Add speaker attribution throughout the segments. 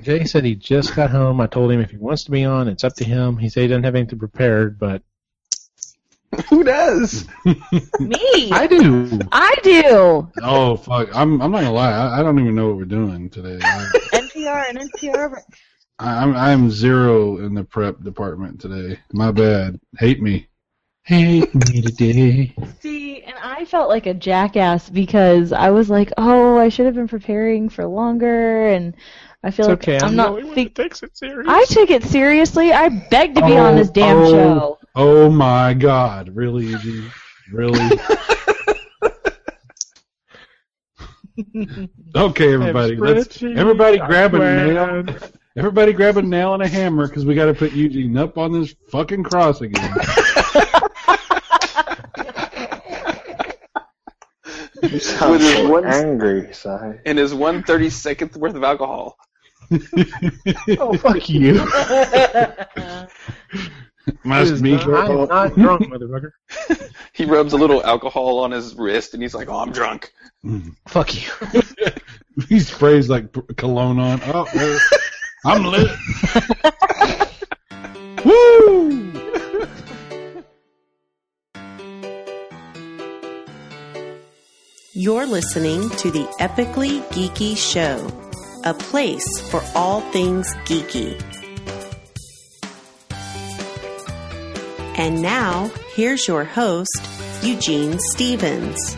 Speaker 1: Jay said he just got home. I told him if he wants to be on, it's up to him. He said he doesn't have anything prepared, but
Speaker 2: Who does?
Speaker 3: Me.
Speaker 1: I do.
Speaker 3: I do.
Speaker 4: Oh fuck! I'm I'm not gonna lie. I, I don't even know what we're doing today. I,
Speaker 3: NPR and NPR.
Speaker 4: I- I'm I'm zero in the prep department today. My bad. Hate me. Hate me today.
Speaker 3: See, and I felt like a jackass because I was like, oh, I should have been preparing for longer, and I feel
Speaker 1: It's okay.
Speaker 3: like I'm,
Speaker 1: I'm the
Speaker 3: not. Think-
Speaker 1: takes it serious.
Speaker 3: I took it seriously. I begged to be on
Speaker 4: Oh,
Speaker 3: this damn
Speaker 4: oh.
Speaker 3: show.
Speaker 4: Oh my god! Really, Eugene? Really? okay, everybody. Let's everybody grab a nail. Everybody grab a nail and a hammer because we got to put Eugene up on this fucking cross again.
Speaker 5: You sound
Speaker 2: With his
Speaker 5: so
Speaker 2: one-
Speaker 5: angry, Si.
Speaker 2: And his one thirty second worth of alcohol.
Speaker 1: oh, fuck you.
Speaker 4: Must be.
Speaker 1: I'm not drunk, motherfucker.
Speaker 2: He rubs a little alcohol on his wrist, and he's like, "Oh, I'm drunk."
Speaker 1: Fuck you.
Speaker 4: He sprays like p- cologne on. Oh, there- I'm lit. Woo!
Speaker 6: You're listening to the Epically Geeky Show, a place for all things geeky. And now, here's your host, Eugene Stevens.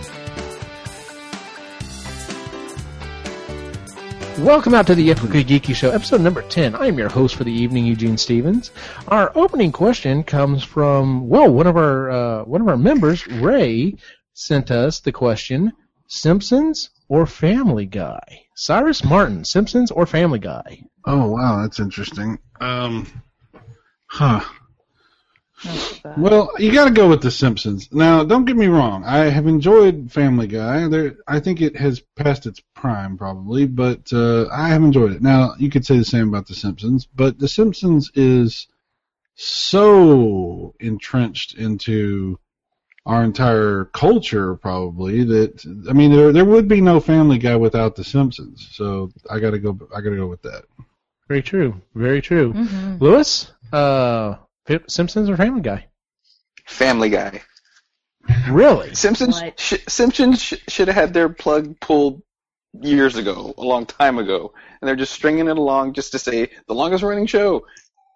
Speaker 1: Welcome out to the Epically Geeky Show, episode number 10. I am your host for the evening, Eugene Stevens. Our opening question comes from, well, one of our, uh, one of our members, Ray, sent us the question, Simpsons or Family Guy? Cyrus Martin, Simpsons or Family Guy?
Speaker 4: Oh wow, that's interesting. Um, huh. Well, you got to go with The Simpsons. Now, don't get me wrong. I have enjoyed Family Guy. There, I think it has passed its prime, probably, but uh, I have enjoyed it. Now, you could say the same about The Simpsons, but The Simpsons is so entrenched into our entire culture, probably that I mean, there there would be no Family Guy without The Simpsons. So I got to go. I got to go with that.
Speaker 1: Very true. Very true. Mm-hmm.
Speaker 3: Mm-hmm.
Speaker 1: Lewis, uh, F- Simpsons or Family Guy?
Speaker 2: Family Guy.
Speaker 1: Really?
Speaker 2: Simpsons.
Speaker 3: What?
Speaker 2: Sh- Simpsons sh- should have had their plug pulled years ago, a long time ago, and they're just stringing it along just to say the longest running show.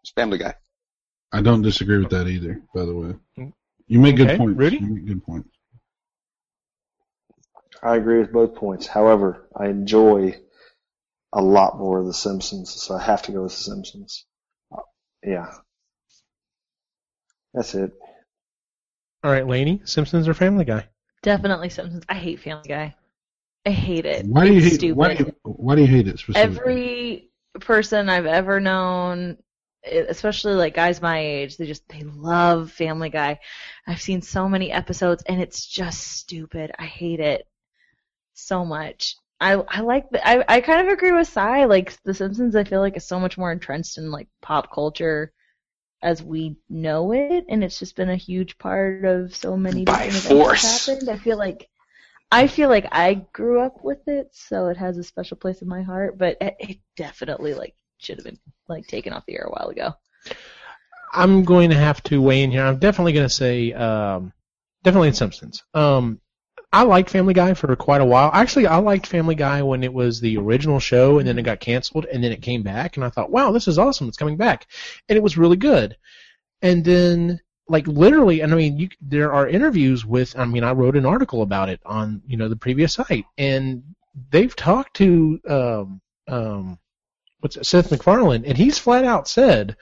Speaker 2: It's Family Guy.
Speaker 4: I don't disagree with that either. By the way, you make good
Speaker 1: Mm. Okay,
Speaker 4: points.
Speaker 1: Rudy?
Speaker 4: You make good points.
Speaker 5: I agree with both points. However, I enjoy a lot more of The Simpsons, so I have to go with The Simpsons. Uh, Yeah. That's it.
Speaker 1: All right, Laney, Simpsons or Family Guy?
Speaker 3: Definitely Simpsons. I hate Family Guy. I hate it.
Speaker 4: Why do you
Speaker 3: It's
Speaker 4: hate?
Speaker 3: stupid.
Speaker 4: Why do you, why do you hate it specifically?
Speaker 3: Every person I've ever known, e, especially like guys my age, they just they love Family Guy. I've seen so many episodes, and it's just stupid. I hate it so much. I I like the, I I kind of agree with Cy. Like The Simpsons, I feel like is so much more entrenched in like pop culture as we know it, and it's just been a huge part of so many
Speaker 2: By
Speaker 3: different
Speaker 2: force.
Speaker 3: events that happened. I feel like I feel like I grew up with it, so it has a special place in my heart. But it, it definitely like should have been like taken off the air a while ago.
Speaker 1: I'm going to have to weigh in here. I'm definitely going to say, um, definitely in Simpsons. Um, I liked Family Guy for quite a while. Actually, I liked Family Guy when it was the original show, and then it got canceled, and then it came back, and I thought, wow, this is awesome. It's coming back, and it was really good. And then, like literally, and I mean, you, there are interviews with. I mean, I wrote an article about it on you know the previous site, and they've talked to um, um, what's it, Seth MacFarlane, and he's flat out said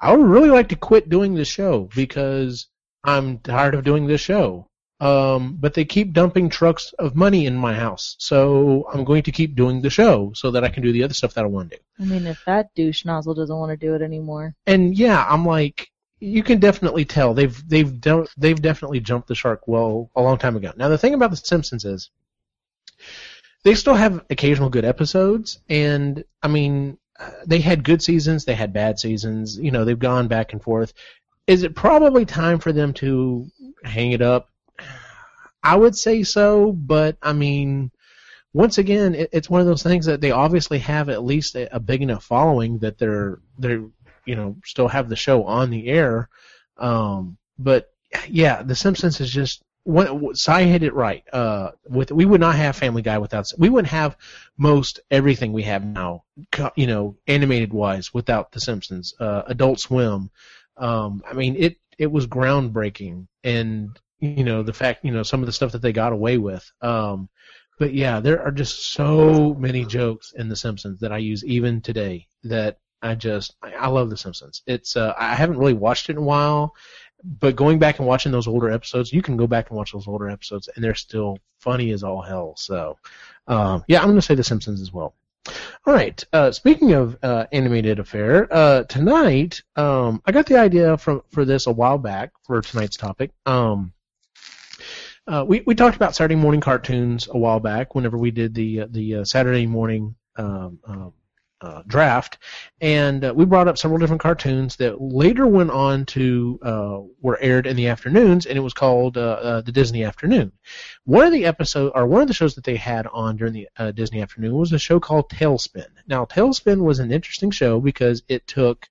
Speaker 1: I would really like to quit doing this show because I'm tired of doing this show. Um, but they keep dumping trucks of money in my house, so I'm going to keep doing the show so that I can do the other stuff that I want to do.
Speaker 3: I mean, if that douche nozzle doesn't want to do it anymore,
Speaker 1: And yeah, I'm like, you can definitely tell they've they've done they've definitely jumped the shark well a long time ago. Now the thing about the Simpsons is they still have occasional good episodes, and I mean, uh, they had good seasons, they had bad seasons. You know, they've gone back and forth. Is it probably time for them to hang it up? I would say so, but I mean, once again, it, it's one of those things that they obviously have at least a, a big enough following that they're they're you know still have the show on the air. Um, but yeah, The Simpsons is just one. Cy hit it right. Uh, with we would not have Family Guy without we wouldn't have most everything we have now. co- You know, animated wise, without The Simpsons, uh, Adult Swim. Um, I mean, it it was groundbreaking, and you know the fact you know some of the stuff that they got away with. Um, but yeah, there are just so many jokes in The Simpsons that I use even today that I just I, I love The Simpsons. It's uh, I haven't really watched it in a while, but going back and watching those older episodes, you can go back and watch those older episodes, and they're still funny as all hell. So um, yeah, I'm gonna say The Simpsons as well. All right. Uh, speaking of uh, animated affair, uh, tonight um, I got the idea from for this a while back for tonight's topic. Um, uh, we we talked about Saturday morning cartoons a while back. Whenever we did the uh, the uh, Saturday morning um, um, uh, draft, and uh, we brought up several different cartoons that later went on to uh, were aired in the afternoons, and it was called uh, uh, the Disney Afternoon. One of the episode or one of the shows that they had on during the uh, Disney Afternoon was a show called Tailspin. Now, Tailspin was an interesting show because it took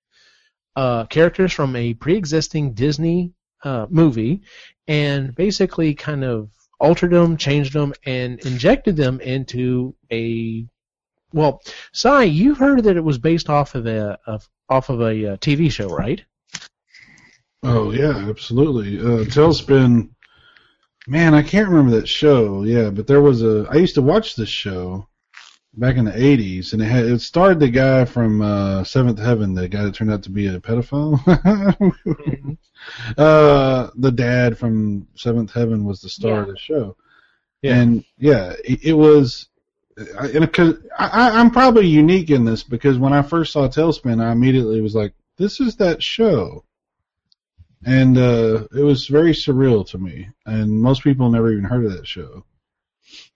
Speaker 1: uh, characters from a pre-existing Disney uh, movie and basically kind of altered them, changed them, and injected them into a well. Sai, you heard that it was based off of a of, off of a uh, TV show, right?
Speaker 4: Oh yeah, absolutely. Uh, Tailspin. Man, I can't remember that show. Yeah, but there was a. I used to watch this show back in the '80s, and it had it starred the guy from uh, Seventh Heaven, the guy that turned out to be a pedophile. uh, the dad from Seventh Heaven was the star of the show.
Speaker 1: Yeah.
Speaker 4: And yeah, it, it was. I- And because I, I'm probably unique in this because when I first saw Tailspin, I immediately was like, "This is that show." and uh, it was very surreal to me. And most people never even heard of that show.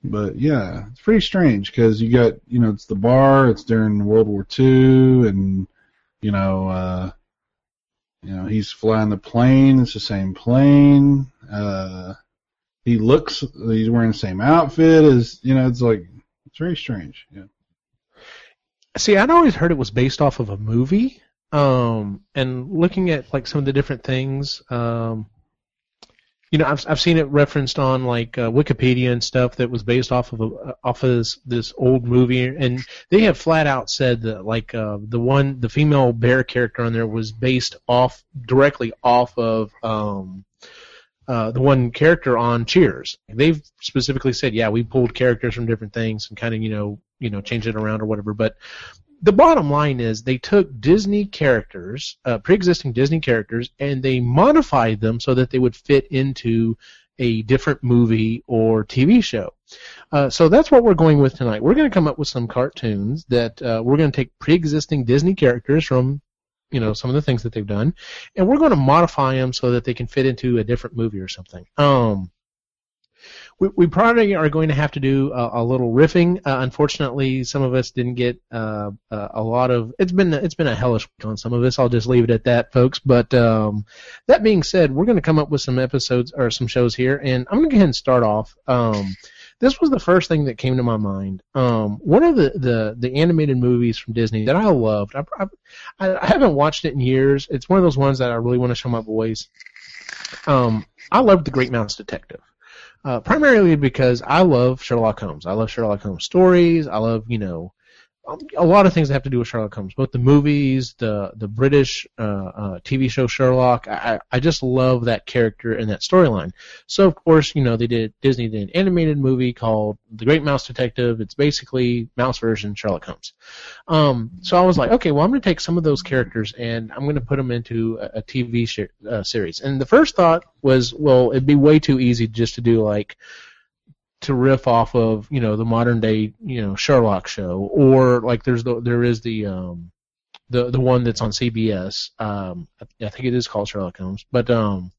Speaker 4: But yeah, it's pretty strange because you got you know it's the bar, it's during World War II, and you know uh, you know he's flying the plane. It's the same plane. Uh, he looks he's wearing the same outfit as you know. It's like it's very strange. Yeah.
Speaker 1: See, I'd always heard it was based off of a movie. Um, and looking at like some of the different things, um, you know, I've I've seen it referenced on like uh, Wikipedia and stuff that was based off of a, off of this, this old movie, and they have flat out said that like uh, the one the female bear character on there was based off directly off of um, uh, the one character on Cheers. They've specifically said, yeah, we pulled characters from different things and kind of you know you know changed it around or whatever, but the bottom line is they took Disney characters, uh, pre-existing Disney characters, and they modified them so that they would fit into a different movie or TV show. Uh, so that's what we're going with tonight. We're going to come up with some cartoons that uh, we're going to take pre-existing Disney characters from, you know, some of the things that they've done, and we're going to modify them so that they can fit into a different movie or something. Um, we, we probably are going to have to do a, a little riffing. Uh, unfortunately, some of us didn't get uh, uh, a lot of. It's been it's been a hellish week on some of us. I'll just leave it at that, folks. But um, that being said, we're going to come up with some episodes or some shows here, and I'm going to go ahead and start off. Um, this was the first thing that came to my mind. Um, one of the, the, the animated movies from Disney that I loved. I, I, I haven't watched it in years. It's one of those ones that I really want to show my boys. Um, I loved The Great Mouse Detective uh, primarily because I love Sherlock Holmes. I love Sherlock Holmes stories. I love you know um, a lot of things that have to do with Sherlock Holmes, both the movies, the the British uh, uh, TV show Sherlock. I I I just love that character and that storyline. So of course you know they did Disney did an animated movie called The Great Mouse Detective. It's basically mouse version Sherlock Holmes. Um, so I was like, okay, well I'm going to take some of those characters and I'm going to put them into a, a TV sh- uh, series. And the first thought was, well, it'd be way too easy just to do like to riff off of you know the modern day you know Sherlock show or like there's the there is the um the the one that's on CBS um I, I think it is called Sherlock Holmes but um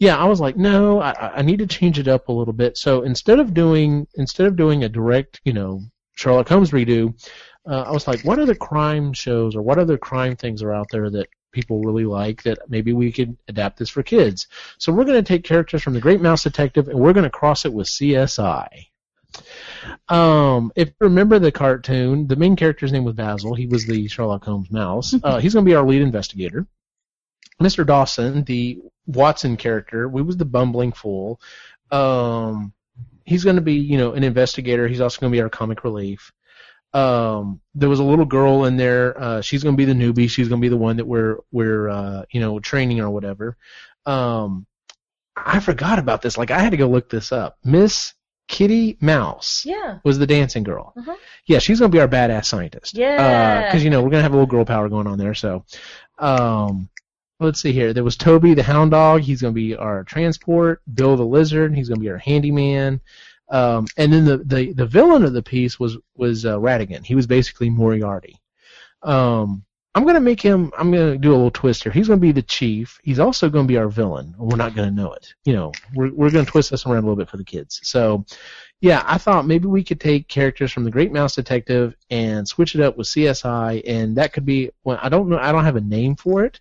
Speaker 1: yeah I was like no I- I I need to change it up a little bit so instead of doing instead of doing a direct you know Sherlock Holmes redo uh, I was like what other crime shows or what other crime things are out there that people really like that maybe we could adapt this for kids so we're going to take characters from The Great Mouse Detective and we're going to cross it with CSI. Um, if you remember the cartoon, the main character's name was Basil. He was the Sherlock Holmes mouse. Uh, he's going to be our lead investigator. Mr. Dawson, the Watson character, we was the bumbling fool. Um, he's going to be, you know, an investigator. He's also going to be our comic relief. Um, there was a little girl in there. Uh, she's going to be the newbie. She's going to be the one that we're we're uh, you know training or whatever. Um, I forgot about this. Like I had to go look this up. Miss Kitty Mouse
Speaker 3: Yeah.
Speaker 1: was the dancing girl.
Speaker 3: Uh-huh.
Speaker 1: Yeah, she's gonna be our badass scientist.
Speaker 3: Yeah.
Speaker 1: Because you know we're gonna have a little girl power going on there. So, um, let's see here. There was Toby the hound dog. He's gonna be our transport. Bill the lizard. He's gonna be our handyman. Um, and then the, the the villain of the piece was was uh, Radigan. He was basically Moriarty. Um, I'm gonna make him. I'm gonna do a little twist here. He's gonna be the chief. He's also gonna be our villain. We're not gonna know it. You know, we're we're gonna twist this around a little bit for the kids. So, yeah, I thought maybe we could take characters from the Great Mouse Detective and switch it up with CSI, and that could be. Well, I don't know. I don't have a name for it.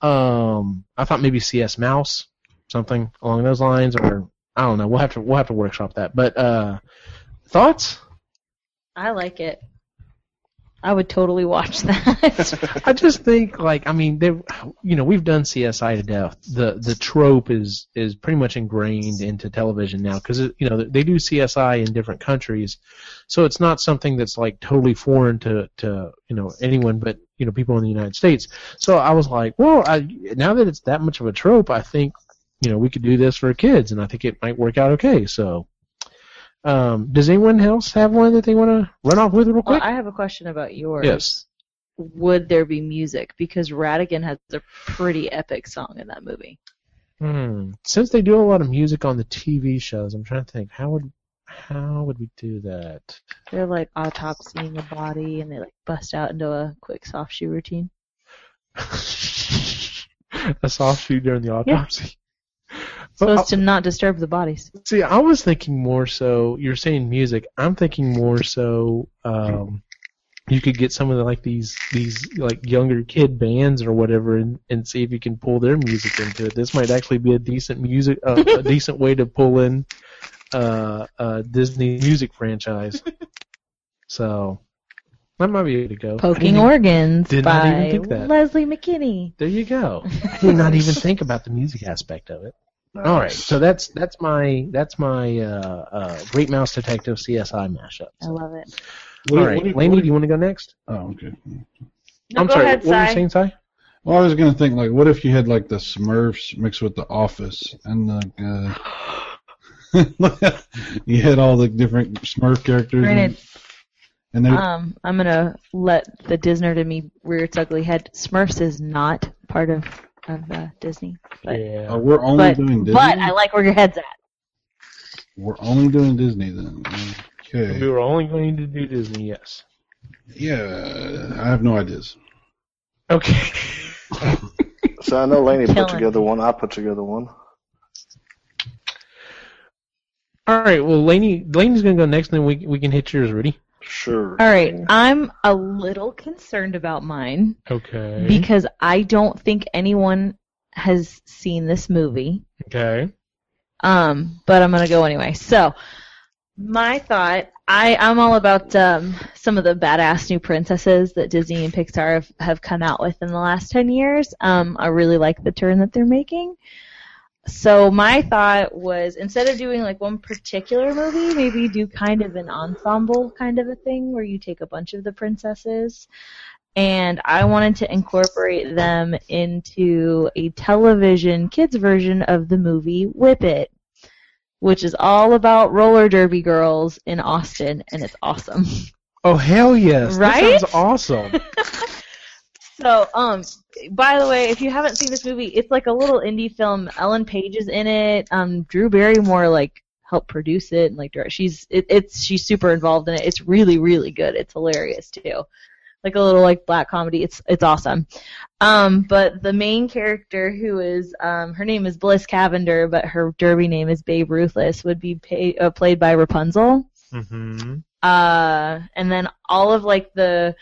Speaker 1: Um, I thought maybe CS Mouse, something along those lines, or I don't know. We'll have to we'll have to workshop that. But uh, thoughts?
Speaker 3: I like it. I would totally watch that.
Speaker 1: I just think like I mean they you know we've done CSI to death. The the trope is is pretty much ingrained into television now cuz you know they do CSI in different countries. So it's not something that's like totally foreign to to you know anyone but you know people in the United States. So I was like, well, I now that it's that much of a trope, I think you know we could do this for kids and I think it might work out okay. So um, does anyone else have one that they want to run off with real
Speaker 3: well,
Speaker 1: quick?
Speaker 3: I have a question about yours.
Speaker 1: yes.
Speaker 3: Would there be music? Because Radigan has a pretty epic song in that movie.
Speaker 1: Hmm. Since they do a lot of music on the TV shows, I'm trying to think how would how would we do that?
Speaker 3: They're like autopsying the body and they like bust out into a quick soft shoe routine.
Speaker 1: a soft shoe during the autopsy. But,
Speaker 3: Supposed
Speaker 1: uh,
Speaker 3: to not disturb the bodies.
Speaker 1: see, I was thinking more so. You're saying music. I'm thinking more so. Um, you could get some of the, like these these like younger kid bands or whatever, and, and see if you can pull their music into it. This might actually be a decent music uh, a decent way to pull in uh, uh, Disney music franchise. So that might be a way to go.
Speaker 3: Poking
Speaker 1: I didn't-
Speaker 3: Organs
Speaker 1: did not even
Speaker 3: by
Speaker 1: think that.
Speaker 3: Leslie McKinney.
Speaker 1: There you go. I did not even think about the music aspect of it. All right, so that's that's my that's my uh, uh, Great Mouse Detective CSI mashup.
Speaker 3: I love it.
Speaker 4: What-
Speaker 1: All right,
Speaker 4: what-
Speaker 1: Lainey, do you want to go next?
Speaker 4: Oh, okay.
Speaker 1: I'm sorry. what were you saying, Ty?
Speaker 4: Well, I was gonna think like, what if you had like the Smurfs mixed with the Office, and like, uh, you had all the different Smurf characters, and,
Speaker 3: Granted,
Speaker 4: and they,
Speaker 3: um, I'm gonna let the Disney to me rear its ugly head. Smurfs is not part of of uh, Disney, but
Speaker 4: uh,
Speaker 1: Yeah.
Speaker 4: we're only
Speaker 3: but,
Speaker 4: doing Disney.
Speaker 3: but I like where your head's at.
Speaker 4: we're only doing Disney then. Okay.
Speaker 1: We were only going to do Disney, yes.
Speaker 4: Yeah, I have no ideas.
Speaker 1: Okay.
Speaker 5: So I know Laney put
Speaker 3: Killing
Speaker 5: together one. I put together one.
Speaker 1: All right. Well, Lainey, Lainey's going to go next, and then we we can hit yours, Rudy.
Speaker 5: Sure.
Speaker 3: All right, I'm a little concerned about mine
Speaker 1: Okay.
Speaker 3: because I don't think anyone has seen this movie.
Speaker 1: okay.
Speaker 3: Um, but I'm gonna go anyway. So, my thought, I I'm all about um, some of the badass new princesses that Disney and Pixar have, have come out with in the last ten years. Um, I really like the turn that they're making. So my thought was instead of doing like one particular movie, maybe do kind of an ensemble kind of a thing where you take a bunch of the princesses. And I wanted to incorporate them into a television kids version of the movie Whip It, which is all about roller derby girls in Austin, and it's awesome.
Speaker 1: Oh hell yes!
Speaker 3: Right?
Speaker 1: That sounds awesome.
Speaker 3: So, um, by the way, if you haven't seen this movie, it's like a little indie film. Ellen Page is in it. Um, Drew Barrymore like helped produce it and like direct. She's it, it's she's super involved in it. It's really really good. It's hilarious too. Like a little like black comedy. It's it's awesome. Um, but the main character who is um her name is Bliss Cavender, but her derby name is Babe Ruthless would be pay, uh, played by Rapunzel
Speaker 1: mm-hmm.
Speaker 3: uh, and then all of like the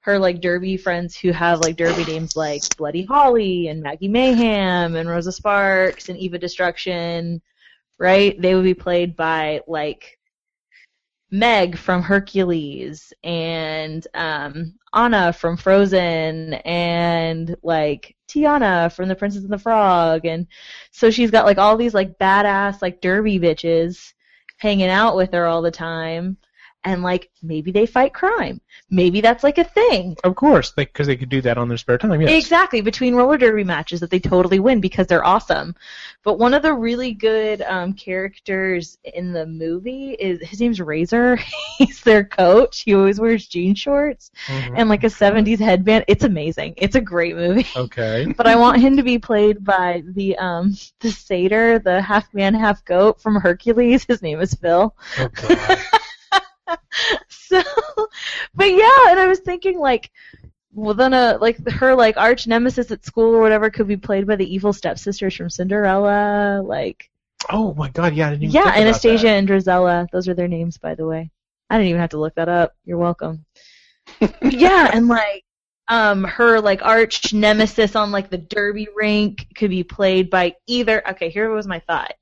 Speaker 3: her like derby friends who have like derby names like Bloody Holly and Maggie Mayhem and Rosa Sparks and Eva Destruction, right? They would be played by like Meg from Hercules and um, Anna from Frozen and like Tiana from The Princess and the Frog and so she's got like all these like badass like derby bitches hanging out with her all the time and like maybe they fight crime. Maybe that's like a thing.
Speaker 1: Of course, because they, could do that on their spare time. Yes.
Speaker 3: Exactly, between roller derby matches that they totally win because they're awesome. But one of the really good um, characters in the movie is his name's Razor. He's their coach. He always wears jean shorts
Speaker 1: Mhm.
Speaker 3: and like a 70s headband. It's amazing. It's a great movie.
Speaker 1: Okay.
Speaker 3: But I want him to be played by the um the satyr, the half man, half goat from Hercules. His name is Phil
Speaker 1: Oh, God.
Speaker 3: so but yeah and i was thinking like well then uh like her like arch nemesis at school or whatever could be played by the evil stepsisters from cinderella like
Speaker 1: Oh, my God. Yeah, I didn't even
Speaker 3: yeah
Speaker 1: think about
Speaker 3: anastasia
Speaker 1: that.
Speaker 3: and drizella those are their names by the way i didn't even have to look that up you're welcome yeah and like um her like arch nemesis on like the derby rink could be played by either okay here was my thought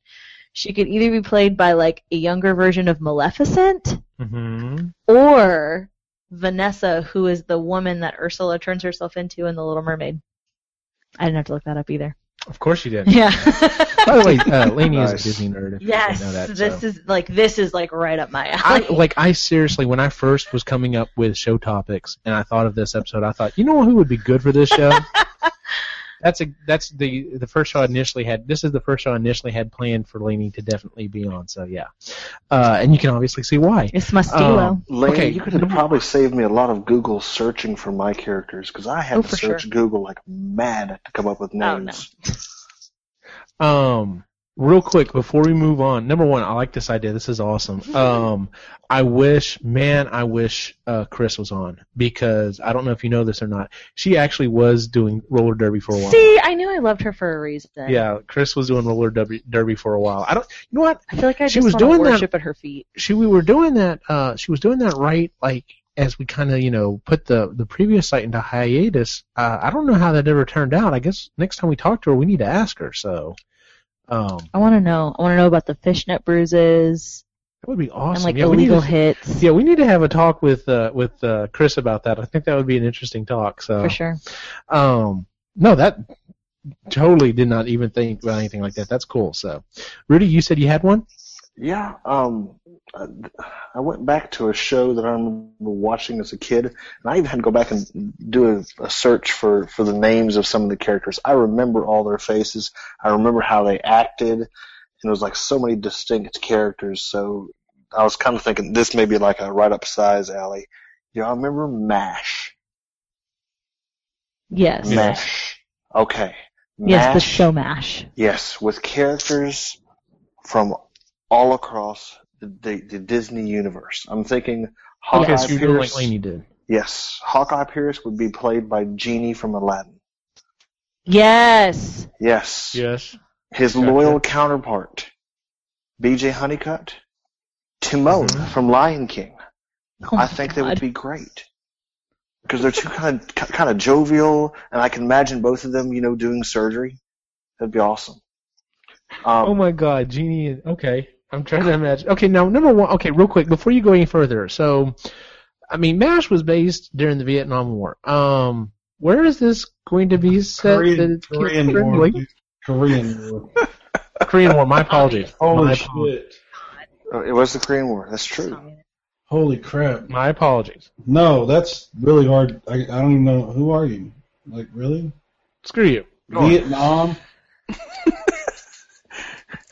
Speaker 3: she could either be played by like a younger version of maleficent
Speaker 1: Mhm.
Speaker 3: or Vanessa, who is the woman that Ursula turns herself into in The Little Mermaid. I didn't have to look that up either.
Speaker 1: Of course you did.
Speaker 3: Yeah.
Speaker 1: By the way, uh, Lainey is
Speaker 5: Nice.
Speaker 1: a Disney nerd. if you
Speaker 3: yes,
Speaker 1: didn't know that, so.
Speaker 3: this is like this is like right up my
Speaker 1: I
Speaker 3: alley.
Speaker 1: like I seriously when I first was coming up with show topics and I thought of this episode, I thought, you know who would be good for this show? that's a that's the the first show I initially had this is the first show I initially had planned for Laney to definitely be on, so yeah. Uh, and you can obviously see why.
Speaker 3: it's my stilo.
Speaker 1: Um,
Speaker 5: Lane,
Speaker 1: Okay.
Speaker 5: you could have probably saved me a lot of Google searching for my characters because I had
Speaker 3: Oh,
Speaker 5: to
Speaker 3: for
Speaker 5: search Google like mad to come up with names.
Speaker 3: Oh, no.
Speaker 1: Um real quick before we move on, number one, I like this idea. This is awesome. Um I wish man, I wish uh, Chris was on because I don't know if you know this or not. She actually was doing roller derby for a while.
Speaker 3: See, I knew I loved her for a reason.
Speaker 1: Yeah, Chris was doing roller derby, derby for a while. I don't. You know what?
Speaker 3: I feel like I
Speaker 1: She
Speaker 3: just
Speaker 1: was
Speaker 3: want
Speaker 1: doing
Speaker 3: to
Speaker 1: that-
Speaker 3: worship at her feet.
Speaker 1: She we were doing that. Uh, she was doing that right. Like as we kind of you know put the the previous site into hiatus. Uh, I don't know how that ever turned out. I guess next time we talk to her, we need to ask her. So. Um,
Speaker 3: I want to know. I want to know about the fishnet bruises
Speaker 1: that would be awesome.
Speaker 3: and like
Speaker 1: yeah, we need
Speaker 3: illegal
Speaker 1: to,
Speaker 3: hits.
Speaker 1: Yeah, we need to have a talk with uh, with uh, Chris about that. I think that would be an interesting talk. So.
Speaker 3: For sure.
Speaker 1: Um, no, that totally did not even think about anything like that. That's cool. So, Rudy, you said you had one.
Speaker 5: Yeah, um, I, I went back to a show that I remember watching as a kid, and I even had to go back and do a, a search for, for the names of some of the characters. I remember all their faces. I remember how they acted, and it was like so many distinct characters. So I was kind of thinking this may be like a right up size alley. Yeah, I remember Mash.
Speaker 3: Yes.
Speaker 5: Mash. Okay.
Speaker 3: Yes, the
Speaker 5: Mash.
Speaker 3: show mash.
Speaker 5: Yes, with characters from all across the, the, the Disney universe. I'm thinking Hawkeye
Speaker 1: Okay, so you're doing like
Speaker 5: Pierce.
Speaker 1: Laney did.
Speaker 5: yes, Hawkeye Pierce would be played by Genie from Aladdin.
Speaker 3: Yes.
Speaker 5: Yes,
Speaker 1: Yes.
Speaker 5: his
Speaker 1: Gotcha.
Speaker 5: loyal counterpart, B.J. Honeycutt, Timon
Speaker 1: Mhm.
Speaker 5: from Lion King.
Speaker 3: Oh
Speaker 5: I
Speaker 3: my
Speaker 5: think they
Speaker 3: God.
Speaker 5: would be great because they're two kind of kind of jovial, and I can imagine both of them, you know, doing surgery. That'd be awesome. Um,
Speaker 1: Oh my God, Genie. is- Okay, I'm trying to imagine. Okay, now number one. Okay, real quick before you go any further. So, I mean, Mash was based during the Vietnam War. Um, where is this going to be set? that
Speaker 4: Korean,
Speaker 1: it's
Speaker 4: Korean
Speaker 1: Korean
Speaker 4: War.
Speaker 1: War.
Speaker 4: dude. Korean War.
Speaker 1: Korean War. My apologies. my,
Speaker 4: Holy
Speaker 1: apo-
Speaker 4: shit.
Speaker 5: Oh, It was the Korean War. That's true.
Speaker 4: Holy crap.
Speaker 1: my apologies.
Speaker 4: No, that's really hard. I, I don't even know. Who are you? Like, really?
Speaker 1: Screw you. Go on.
Speaker 4: Vietnam?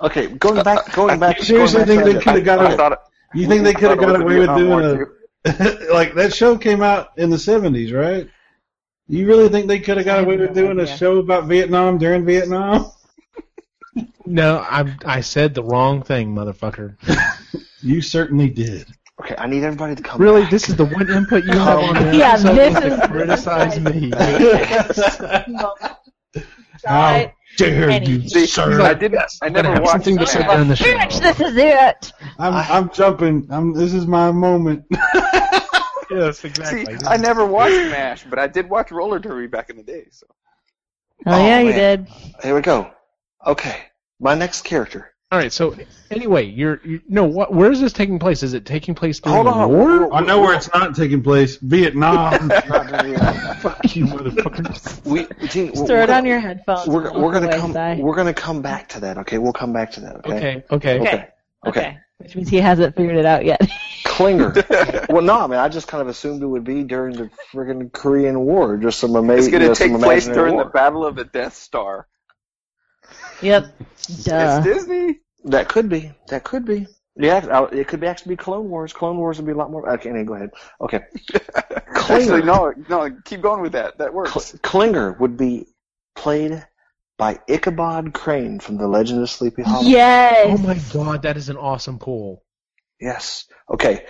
Speaker 5: Okay,
Speaker 2: Uh,
Speaker 5: going back, going back.
Speaker 4: You seriously
Speaker 5: going
Speaker 4: think
Speaker 5: back
Speaker 4: they
Speaker 5: to-
Speaker 4: could have got
Speaker 2: I
Speaker 4: away?
Speaker 2: thought it,
Speaker 4: You think they could
Speaker 2: I
Speaker 4: have
Speaker 2: thought it
Speaker 4: got
Speaker 2: was
Speaker 4: away with
Speaker 2: Vietnam War,
Speaker 4: doing
Speaker 2: too.
Speaker 4: a like that show came out in the seventies, right? You really think they could have
Speaker 3: I
Speaker 4: got
Speaker 3: have
Speaker 4: away
Speaker 3: no
Speaker 4: with doing
Speaker 3: idea.
Speaker 4: a show about Vietnam during Vietnam?
Speaker 1: No, I I said the wrong thing, motherfucker.
Speaker 4: You certainly did.
Speaker 5: Okay, I need everybody to come.
Speaker 1: Really,
Speaker 5: back.
Speaker 1: this is the one input you have on there.
Speaker 3: Yeah,
Speaker 1: so
Speaker 3: this
Speaker 1: you
Speaker 3: is-
Speaker 1: can criticize me.
Speaker 4: How dare you,
Speaker 3: Any-
Speaker 2: See,
Speaker 4: sir?
Speaker 2: I didn't. I
Speaker 1: Gotta
Speaker 2: never
Speaker 1: have
Speaker 2: watched
Speaker 1: something to sit
Speaker 2: that.
Speaker 1: down the show.
Speaker 3: Bitch, this is it.
Speaker 5: Oh,
Speaker 4: I'm I'm jumping. I'm this is my moment.
Speaker 1: Yes,
Speaker 2: See,
Speaker 1: exactly.
Speaker 2: I never watched MASH, but I did watch roller derby back in the day. So
Speaker 3: Oh, yeah, you
Speaker 5: man.
Speaker 3: did.
Speaker 5: Here we go. Okay, my next character,
Speaker 1: All right. So anyway, you're you, no. What? Where is this taking place? Is it taking place during
Speaker 5: Hold
Speaker 1: the
Speaker 5: on.
Speaker 1: war?
Speaker 4: I know where it's not taking place. Vietnam.
Speaker 1: Fuck you, motherfuckers.
Speaker 5: We, Gene,
Speaker 3: Just
Speaker 5: we're-
Speaker 3: throw it
Speaker 5: we're
Speaker 3: on
Speaker 5: gonna-
Speaker 3: your headphones.
Speaker 5: We're,
Speaker 3: and
Speaker 5: we're
Speaker 3: walk
Speaker 5: gonna
Speaker 3: away,
Speaker 5: come.
Speaker 3: Si.
Speaker 5: We're gonna come back to that. Okay, we'll come back to that. Okay.
Speaker 1: Okay. Okay.
Speaker 3: Okay.
Speaker 5: Okay.
Speaker 3: Which means he hasn't figured it out yet.
Speaker 5: Klinger. well, no, I mean, I just kind of assumed it would be during the friggin' Korean War, just some amazing.
Speaker 2: It's going to
Speaker 5: you know,
Speaker 2: take
Speaker 5: some
Speaker 2: place
Speaker 5: imaginary
Speaker 2: during
Speaker 5: war.
Speaker 2: the Battle of the Death Star.
Speaker 3: yep. Duh.
Speaker 2: It's Disney.
Speaker 5: That could be. That could be. Yeah, I- it could be actually be Clone Wars. Clone Wars would be a lot more. Okay, anyway, go ahead. Okay,
Speaker 2: Actually, no, no. Keep going with that. That works.
Speaker 5: Cl- Klinger would be played by Ichabod Crane from The Legend of Sleepy Hollow.
Speaker 1: Oh
Speaker 3: Yes.
Speaker 1: my god, that is an awesome pool.
Speaker 5: Yes. Okay.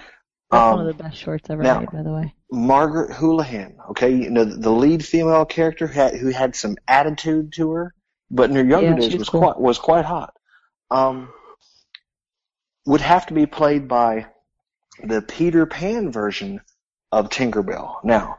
Speaker 3: That's
Speaker 5: Um,
Speaker 3: one of the best shorts ever
Speaker 5: now-
Speaker 3: made, by the way.
Speaker 5: Margaret Houlihan. Okay, you know the lead female character had, who had some attitude to her, but in her younger
Speaker 3: Yeah,
Speaker 5: days
Speaker 3: she's
Speaker 5: was
Speaker 3: cool.
Speaker 5: quite was quite hot. Um, would have to be played by the Peter Pan version of Tinkerbell. Now,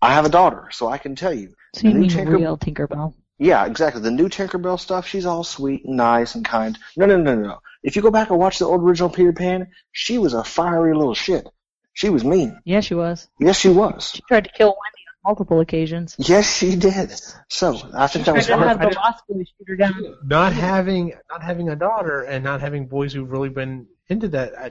Speaker 5: I have a daughter, so I can tell you.
Speaker 3: So you
Speaker 5: New
Speaker 3: mean
Speaker 5: Tinker-
Speaker 3: real Tinkerbell?
Speaker 5: Yeah, exactly. The new Tinkerbell stuff, she's all sweet and nice and kind. No, no, no, no, no. If you go back and watch the old original Peter Pan, she was a fiery little shit. She was mean.
Speaker 3: Yeah, she was.
Speaker 5: Yes, she was.
Speaker 3: She tried to kill Wendy on multiple occasions.
Speaker 5: Yes, she did. So I think that
Speaker 3: Tried
Speaker 5: was
Speaker 3: to have
Speaker 5: her.
Speaker 3: the wasp really shoot her down.
Speaker 1: Not having not having a daughter and not having boys who've really been into that, I,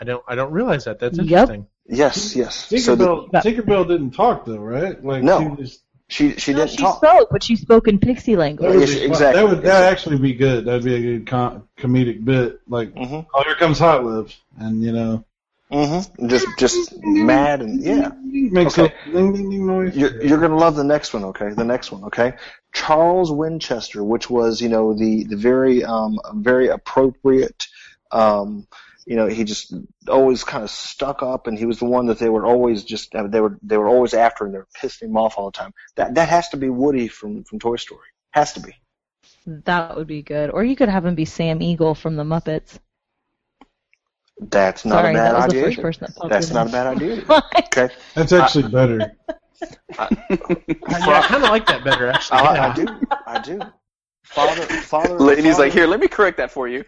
Speaker 1: I don't I don't realize that. That's
Speaker 3: Yep.
Speaker 1: interesting.
Speaker 5: Yes, yes. So the,
Speaker 4: Tinkerbell, Tinkerbell didn't talk though, right? Like
Speaker 5: No.
Speaker 4: she just-
Speaker 5: she she
Speaker 3: No,
Speaker 5: didn't
Speaker 3: she
Speaker 5: talk.
Speaker 3: spoke, but she spoke in pixie
Speaker 4: that
Speaker 3: language.
Speaker 4: would
Speaker 5: Yes,
Speaker 4: be fun.
Speaker 5: exactly.
Speaker 4: That would that actually be good. That'd be a good com- comedic bit. Like,
Speaker 5: Mhm.
Speaker 4: oh, here comes Hot Lips, and you know,
Speaker 5: Mm-hmm. Just just mad and yeah.
Speaker 4: makes
Speaker 5: Okay.
Speaker 4: a ding ding ding noise.
Speaker 5: You're you're gonna love the next one, okay? The next one, okay? Charles Winchester, which was you know the the very um very appropriate um you know he just always kind of stuck up and he was the one that they were always just uh, they were they were always after and they were pissing him off all the time. That that has to be Woody from from Toy Story. Has to be.
Speaker 3: That would be good. Or you could have him be Sam Eagle from the Muppets.
Speaker 5: That's not
Speaker 3: Sorry,
Speaker 5: a bad
Speaker 3: that was
Speaker 5: idea.
Speaker 3: the first
Speaker 5: either.
Speaker 3: person that popped
Speaker 5: That's
Speaker 3: in.
Speaker 5: not a bad idea.
Speaker 3: What?
Speaker 5: Okay.
Speaker 4: That's actually better.
Speaker 1: Yeah, I kind of like that better actually.
Speaker 5: I,
Speaker 1: Yeah.
Speaker 5: I do. I do. Father, father.
Speaker 2: Lady's
Speaker 5: father-
Speaker 2: like, here, let me correct that for you.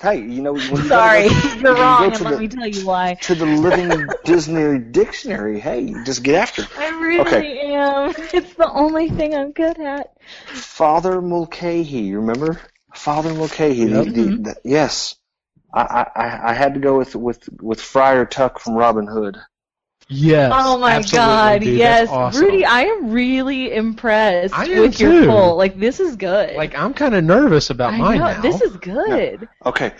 Speaker 5: Hey, you know, when you
Speaker 3: Sorry,
Speaker 5: Go
Speaker 3: you're
Speaker 5: go
Speaker 3: wrong,
Speaker 5: to
Speaker 3: and
Speaker 5: the-
Speaker 3: let me tell you why.
Speaker 5: to the living Disney dictionary, hey, just get after it.
Speaker 3: I really
Speaker 5: Okay.
Speaker 3: am. It's the only thing I'm good at.
Speaker 5: Father Mulcahy. You remember Father Mulcahy? The, the,
Speaker 3: Mm-hmm.
Speaker 5: the, yes. I, I- I I had to go with with with Friar Tuck from Robin Hood.
Speaker 1: Yes.
Speaker 3: oh my
Speaker 1: absolutely,
Speaker 3: god,
Speaker 1: dude, that's
Speaker 3: yes,
Speaker 1: awesome.
Speaker 3: Rudy, I am really impressed
Speaker 1: I am
Speaker 3: with
Speaker 1: too.
Speaker 3: your poll. Like this is good.
Speaker 1: Like I'm kind of nervous about
Speaker 3: I
Speaker 1: mine
Speaker 3: know
Speaker 1: now.
Speaker 3: this is good.
Speaker 5: Okay,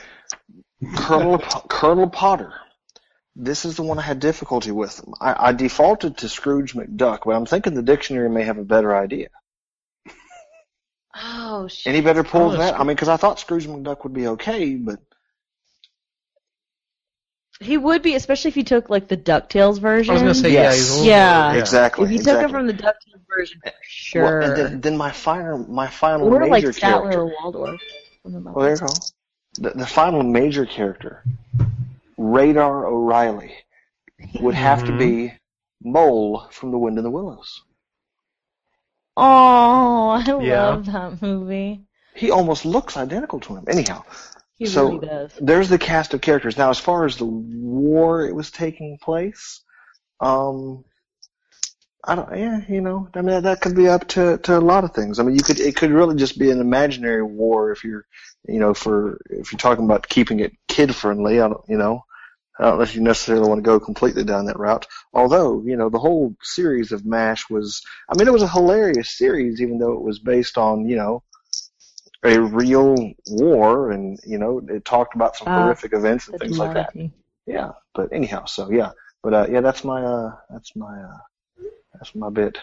Speaker 5: Colonel Colonel Potter. This is the one I had difficulty with. I, I defaulted to Scrooge McDuck, but I'm thinking the dictionary may have a better idea.
Speaker 3: Oh shit.
Speaker 5: Any better pull than
Speaker 1: Oh,
Speaker 5: that? I mean, because I thought Scrooge McDuck would be okay, but
Speaker 3: He would be, especially if you took like the Ducktales version.
Speaker 1: I was gonna say yeah.
Speaker 5: Yes.
Speaker 1: he's a little-
Speaker 3: Yeah.
Speaker 5: exactly.
Speaker 3: If you
Speaker 5: exactly.
Speaker 3: took it from the DuckTales version, for sure.
Speaker 5: Well, and then, then my final, my final
Speaker 3: or like
Speaker 5: major
Speaker 3: Statler
Speaker 5: character.
Speaker 3: or Waldorf. from the
Speaker 5: Well, there you
Speaker 3: Muppets.
Speaker 5: go. The, the final major character, Radar O'Reilly, would have to be Mole from The Wind in the Willows.
Speaker 3: Oh, I
Speaker 1: Yeah.
Speaker 3: love that movie.
Speaker 5: He almost looks identical to him. Anyhow,
Speaker 3: He
Speaker 5: So-
Speaker 3: really does.
Speaker 5: there's the cast of characters. Now, as far as the war it was taking place, um, I don't. Yeah, you know, I mean that, that could be up to, to a lot of things. I mean, you could it could really just be an imaginary war if you're, you know, for if you're talking about keeping it kid friendly. I don't, you know, I don't know if you necessarily want to go completely down that route. Although, you know, the whole series of Mash was, I mean, it was a hilarious series, even though it was based on, you know. A real war, and you know, it talked about some
Speaker 3: Ah,
Speaker 5: horrific events and
Speaker 3: The
Speaker 5: things like that.
Speaker 3: duality.
Speaker 5: Yeah, but anyhow, so yeah, but uh, yeah, that's my uh, that's my uh, that's my bit.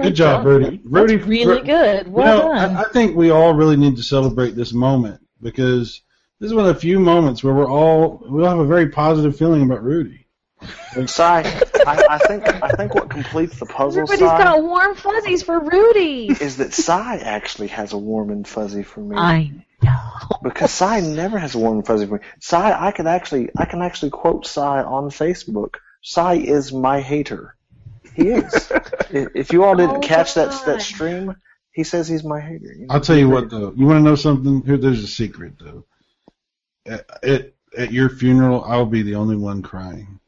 Speaker 4: Good job, Rudy. Rudy
Speaker 3: That's really
Speaker 4: Ru-
Speaker 3: good.
Speaker 4: You
Speaker 3: Well
Speaker 4: know,
Speaker 3: done.
Speaker 4: I, I think we all really need to celebrate this moment because this is one of the few moments where we're all we'll have a very positive feeling about Rudy.
Speaker 5: Si, I, I think I think what completes the puzzle, Si,
Speaker 3: Everybody's got warm fuzzies for Rudy.
Speaker 5: is that Si actually has a warm and fuzzy for me
Speaker 3: I
Speaker 5: because Si never has a warm and fuzzy for me. Si, I can actually I can actually quote Si on Facebook. Si is my hater. He is. if, if you all didn't
Speaker 3: Oh,
Speaker 5: catch that
Speaker 3: God.
Speaker 5: that stream, he says he's my hater. You know?
Speaker 4: I'll tell you what though, you want to know something? Here, there's a secret though. at, at, at your funeral, I'll be the only one crying.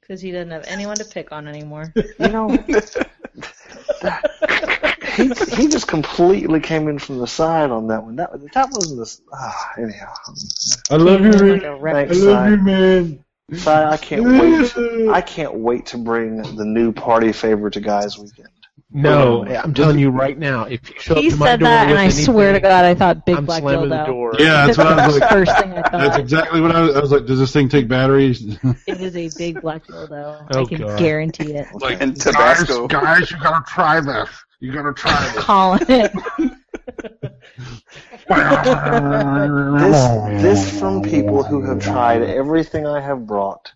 Speaker 3: because he doesn't have anyone to pick on anymore.
Speaker 5: You know, he, he just completely came in from the side on that one. That that wasn't this. Ah, anyhow,
Speaker 4: I love you,
Speaker 3: like
Speaker 4: Rick.
Speaker 3: a
Speaker 4: I
Speaker 3: wreck.
Speaker 5: Thanks,
Speaker 4: love you,
Speaker 5: Si.
Speaker 4: man.
Speaker 5: Si, I can't wait. I can't wait to bring the new party favor to guys weekend.
Speaker 1: No, I'm telling you right now. If you show
Speaker 3: He
Speaker 1: up to my
Speaker 3: said
Speaker 1: door
Speaker 3: that,
Speaker 1: with
Speaker 3: and I swear to
Speaker 1: anything,
Speaker 3: God, I thought big
Speaker 1: I'm
Speaker 3: black
Speaker 1: slamming the
Speaker 3: dildo.
Speaker 1: door.
Speaker 4: Yeah, that's what I was
Speaker 3: the
Speaker 4: like.
Speaker 3: first thing I
Speaker 4: That's
Speaker 3: thought.
Speaker 4: exactly what I was, I was like. Does this thing take batteries?
Speaker 3: It is a big black dildo.
Speaker 1: Oh,
Speaker 3: I can
Speaker 1: God.
Speaker 3: guarantee it.
Speaker 2: and Tabasco.
Speaker 4: guys, you gotta try this. You gotta try
Speaker 3: Calling it.
Speaker 4: this.
Speaker 5: This this from people who have tried everything I have brought.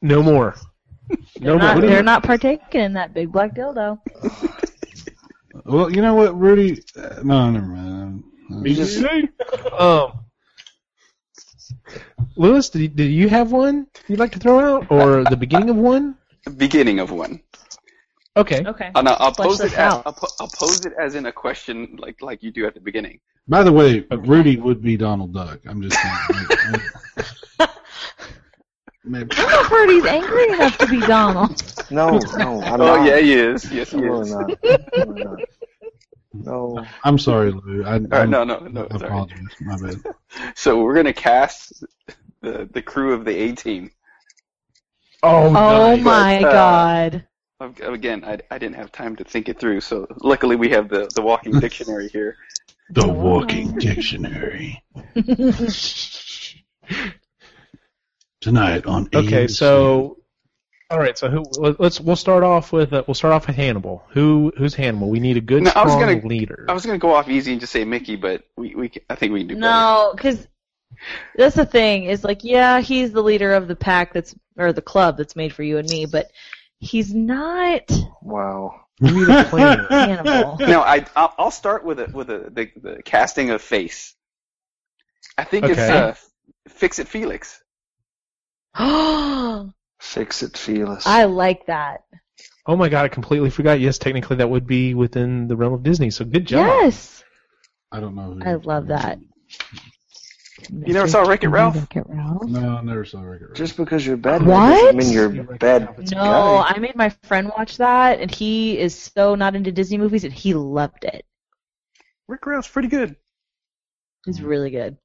Speaker 1: No more. No
Speaker 3: They're not,
Speaker 1: more.
Speaker 3: they're not partaking in that big black dildo.
Speaker 4: Well, you know what, Rudy? Uh, no, never mind.
Speaker 1: You just- um, Lewis, did, did you have one you'd like to throw out, or the beginning of one?
Speaker 2: Beginning of one.
Speaker 1: Okay.
Speaker 3: Okay.
Speaker 2: Oh, no, I'll
Speaker 3: Flesh
Speaker 2: pose
Speaker 3: this
Speaker 2: it. As,
Speaker 3: out.
Speaker 2: I'll, po- I'll pose it as in a question, like like you do at the beginning.
Speaker 4: By the way, Rudy would be Donald Duck. I'm just saying. Maybe.
Speaker 3: I don't know if Rudy's angry enough to be Donald.
Speaker 5: No, no, I'm
Speaker 2: Oh
Speaker 5: not.
Speaker 2: yeah, he is. Yes, he
Speaker 5: I'm really
Speaker 2: is.
Speaker 5: not. I'm really not. No.
Speaker 4: I'm sorry, Lou. I,
Speaker 2: All right, no, no, no.
Speaker 4: I
Speaker 2: Sorry.
Speaker 4: apologize. My bad.
Speaker 2: So we're gonna cast the the crew of the A team.
Speaker 1: Oh,
Speaker 3: Oh
Speaker 1: nice.
Speaker 3: my
Speaker 2: But, uh,
Speaker 3: God.
Speaker 2: Again, I, I didn't have time to think it through, so luckily we have the, the walking dictionary here.
Speaker 4: The Walking Dictionary tonight on.
Speaker 1: Okay,
Speaker 4: AMC.
Speaker 1: so all right, so who let- let's we'll start off with uh, we'll start off with Hannibal. Who who's Hannibal? We need a good
Speaker 2: No, I was
Speaker 1: strong
Speaker 2: gonna-
Speaker 1: leader.
Speaker 2: I was gonna go off easy and just say Mickey, but we, we c- I think we can do
Speaker 3: No, because that's the thing is like, yeah, he's the leader of the pack that's or the club that's made for you and me, but he's not
Speaker 5: Wow.
Speaker 3: Hannibal.
Speaker 2: better. No, I I'll, I'll start with a, with a, the the casting of face. I think it's
Speaker 1: Okay.
Speaker 2: uh, Fix It Felix.
Speaker 3: I
Speaker 5: Fix it, Felix.
Speaker 3: like that.
Speaker 1: oh my god, I completely forgot. Yes, technically that would be within the realm of Disney. So good job.
Speaker 3: Yes,
Speaker 4: I don't know. who-
Speaker 3: I love that.
Speaker 2: You never saw Wreck-It Ralph?
Speaker 3: Wreck-It Ralph?
Speaker 4: No, I never saw Rick.
Speaker 5: Just because you're bad,
Speaker 3: What?
Speaker 5: doesn't mean you're bad.
Speaker 3: No,
Speaker 5: guy.
Speaker 3: I made my friend watch that, and he is so not into Disney movies, and he loved it.
Speaker 2: Rick Rouse, pretty good.
Speaker 3: It's really good.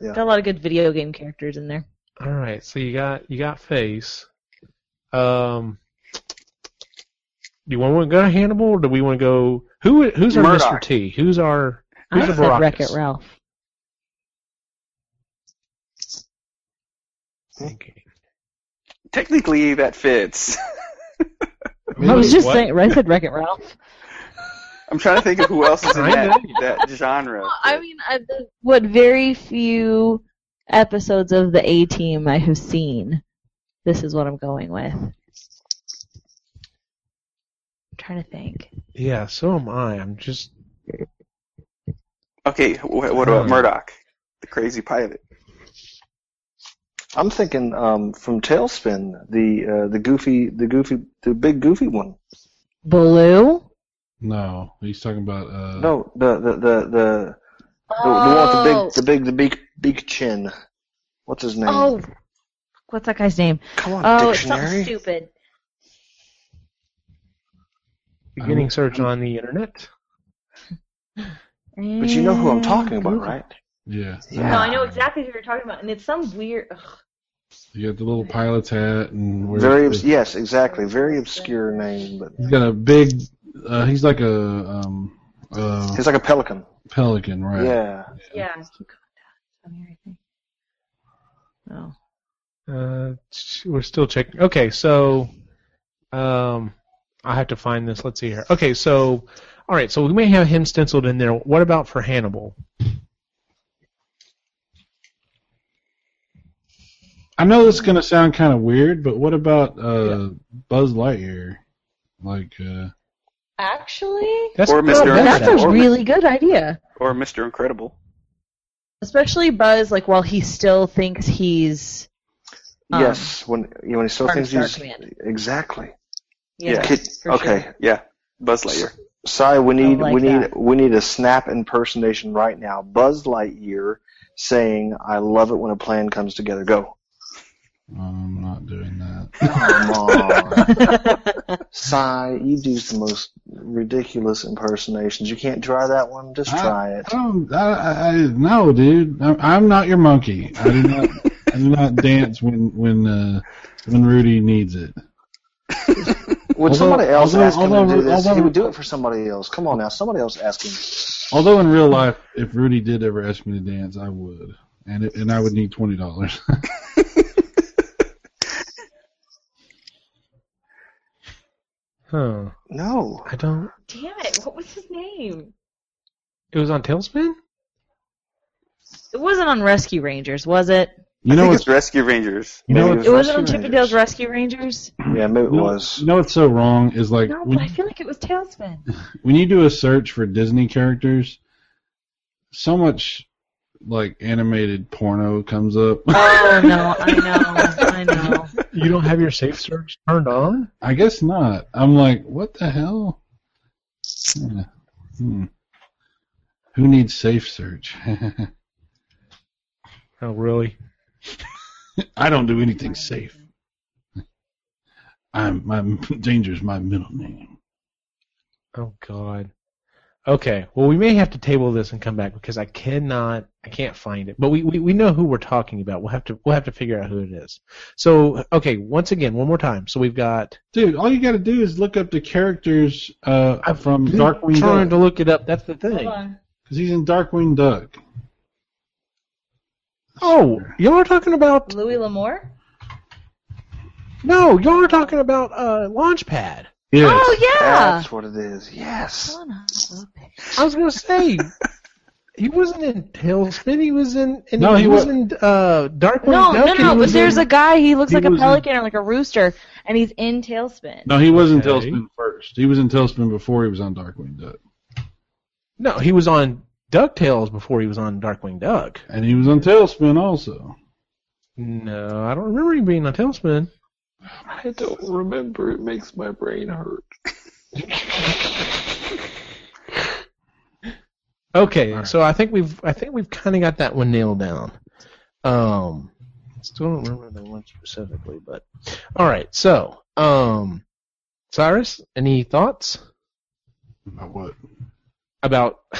Speaker 5: Yeah.
Speaker 3: Got a lot of good video game characters in there.
Speaker 1: All right, so you got you got face. Um, do you want to go to Hannibal, or do we want to go? Who who's our Mr.
Speaker 2: Murdoch.
Speaker 1: T? Who's our
Speaker 3: I
Speaker 1: who's our
Speaker 3: said
Speaker 1: Baracus?
Speaker 3: Wreck-It Ralph.
Speaker 1: Thinking.
Speaker 2: Technically, that fits.
Speaker 3: I was just
Speaker 1: What?
Speaker 3: saying, I said Wreck-It Ralph.
Speaker 2: I'm trying to think of who else is in that,
Speaker 1: Kinda.
Speaker 2: that genre.
Speaker 3: I mean, I, the- what very few episodes of the A Team I have seen. This is what I'm going with. I'm trying to think.
Speaker 1: Yeah, so am I. I'm just
Speaker 2: Okay, wh- what about
Speaker 1: Hmm.
Speaker 2: Murdoch, the crazy pilot?
Speaker 5: I'm thinking um, from Tailspin, the uh, the goofy, the goofy, the big goofy one.
Speaker 3: Baloo.
Speaker 4: No, he's talking about. Uh,
Speaker 5: No, the the the the,
Speaker 3: Oh,
Speaker 5: the, the one with the big, the big, the big, big chin. What's his name?
Speaker 3: Oh, what's that guy's name?
Speaker 5: Come on,
Speaker 3: Oh, it's something
Speaker 5: dictionary.
Speaker 3: stupid.
Speaker 1: beginning search on the internet.
Speaker 5: But you know who I'm talking about,
Speaker 4: Mm.
Speaker 3: Google.
Speaker 5: right?
Speaker 4: Yeah.
Speaker 5: Yeah.
Speaker 3: No, I know exactly who you're talking about, and it's some weird. Ugh.
Speaker 4: You got the little pilot's hat and wears
Speaker 5: Very
Speaker 4: the-
Speaker 5: obs- yes, exactly. Very obscure name, but
Speaker 4: He's got a big. Uh, he's like a um, uh,
Speaker 5: he's like a pelican.
Speaker 4: pelican, right?
Speaker 5: Yeah,
Speaker 3: Yeah, I keep going down. It's on
Speaker 1: Uh,
Speaker 3: everything.
Speaker 1: ch- we're still checking. Okay, so um, I have to find this. Let's see here. Okay, so all right, so we may have him stenciled in there. What about for Hannibal?
Speaker 4: I know this is gonna sound kind of weird, but what about uh, Buzz Lightyear? Like, uh,
Speaker 3: Oh, actually,
Speaker 1: That's
Speaker 2: Or
Speaker 1: that's
Speaker 2: Mr.
Speaker 1: better.
Speaker 3: that's
Speaker 2: Or-
Speaker 3: a really good idea.
Speaker 2: Or Mr. Incredible.
Speaker 3: Especially Buzz, like while he still thinks he's. Um,
Speaker 5: yes. When you know, when he still
Speaker 3: Part of
Speaker 5: thinks he's
Speaker 3: Star Command.
Speaker 5: exactly.
Speaker 3: Yeah.
Speaker 2: Yeah.
Speaker 5: Kid-
Speaker 3: for
Speaker 5: okay,
Speaker 3: sure.
Speaker 2: Yeah, Buzz Lightyear.
Speaker 5: Si, we need
Speaker 3: like
Speaker 5: we need
Speaker 3: that.
Speaker 5: we need a snap impersonation right now. Buzz Lightyear saying, "I love it when a plan comes together." Go.
Speaker 4: I'm not doing that.
Speaker 5: Come on, Cy, you do the most ridiculous impersonations. You can't try that one. Just try it.
Speaker 4: I don't. I, I, I no, dude. I'm, I'm not your monkey. I do not. I do not dance when when uh, when Rudy needs it.
Speaker 5: Would
Speaker 4: Although-
Speaker 5: somebody else
Speaker 4: although-
Speaker 5: ask him
Speaker 4: although-
Speaker 5: to do this?
Speaker 4: although-
Speaker 5: he would do it for somebody else. Come on now, somebody else ask him.
Speaker 4: Although in real life, if Rudy did ever ask me to dance, I would, and it, and I would need twenty dollars.
Speaker 1: Huh.
Speaker 5: No,
Speaker 1: I don't.
Speaker 3: Damn it! What was his name?
Speaker 1: It was on Tailspin.
Speaker 3: It wasn't on Rescue Rangers, was it?
Speaker 4: You know
Speaker 2: think
Speaker 4: what's
Speaker 2: it's Rescue Rangers.
Speaker 4: you know
Speaker 5: Maybe
Speaker 4: what's
Speaker 3: It wasn't on
Speaker 5: Rescue
Speaker 3: Chip and Dale's
Speaker 5: Rangers.
Speaker 3: Rescue Rangers.
Speaker 5: Yeah, maybe it
Speaker 4: you know-
Speaker 5: was.
Speaker 4: You know what's so wrong is like
Speaker 3: No,
Speaker 4: when,
Speaker 3: but I feel like it was Tailspin.
Speaker 4: when you do a search for Disney characters, so much like animated porno comes up.
Speaker 3: Oh no, I know, I know.
Speaker 1: You don't have your safe search turned on.
Speaker 4: I guess not. I'm like, what the hell? Yeah. Hmm. Who needs safe search?
Speaker 1: Oh, really?
Speaker 4: I don't do anything safe. I'm my danger's my middle name.
Speaker 1: Oh God. Okay. Well, we may have to table this and come back because I cannot, I can't find it. But we, we, we know who we're talking about. We'll have to we'll have to figure out who it is. So okay, once again, one more time. So we've got.
Speaker 4: Dude, all you got to do is look up the characters uh,
Speaker 1: I've
Speaker 4: from
Speaker 1: been
Speaker 4: Darkwing
Speaker 1: Trying
Speaker 4: Duck
Speaker 1: to look it up. That's the thing.
Speaker 4: because he's in Darkwing Duck.
Speaker 1: Oh, y'all are talking about
Speaker 3: Louis L'Amour?
Speaker 1: no, y'all are talking about uh, Launchpad.
Speaker 4: Yes.
Speaker 3: Oh yeah.
Speaker 5: That's what it is. Yes.
Speaker 1: I was gonna say he wasn't in Tailspin. He was in. And
Speaker 4: No,
Speaker 1: he,
Speaker 4: he
Speaker 1: was
Speaker 4: wa-
Speaker 1: in uh, Darkwing
Speaker 3: No,
Speaker 1: Duck.
Speaker 3: no,
Speaker 1: and
Speaker 3: no.
Speaker 1: he
Speaker 3: But
Speaker 1: was
Speaker 3: there's
Speaker 1: in-
Speaker 3: a guy. He looks
Speaker 4: he
Speaker 3: like a
Speaker 4: was in-
Speaker 3: pelican or like a rooster, and he's in Tailspin.
Speaker 4: No, he was in
Speaker 1: Okay.
Speaker 4: Tailspin first. He was in Tailspin before he was on Darkwing Duck,
Speaker 1: no. He was on Ducktales before he was on Darkwing Duck.
Speaker 4: and he was on Tailspin also.
Speaker 1: No, I don't remember him being on Tailspin.
Speaker 2: I don't remember. It makes my brain hurt.
Speaker 1: Okay,
Speaker 4: All right.
Speaker 1: so I think we've I think we've kind of got that one nailed down. Um, still don't remember the one specifically, but all right. So, um, Cyrus, any thoughts
Speaker 4: About what?
Speaker 1: about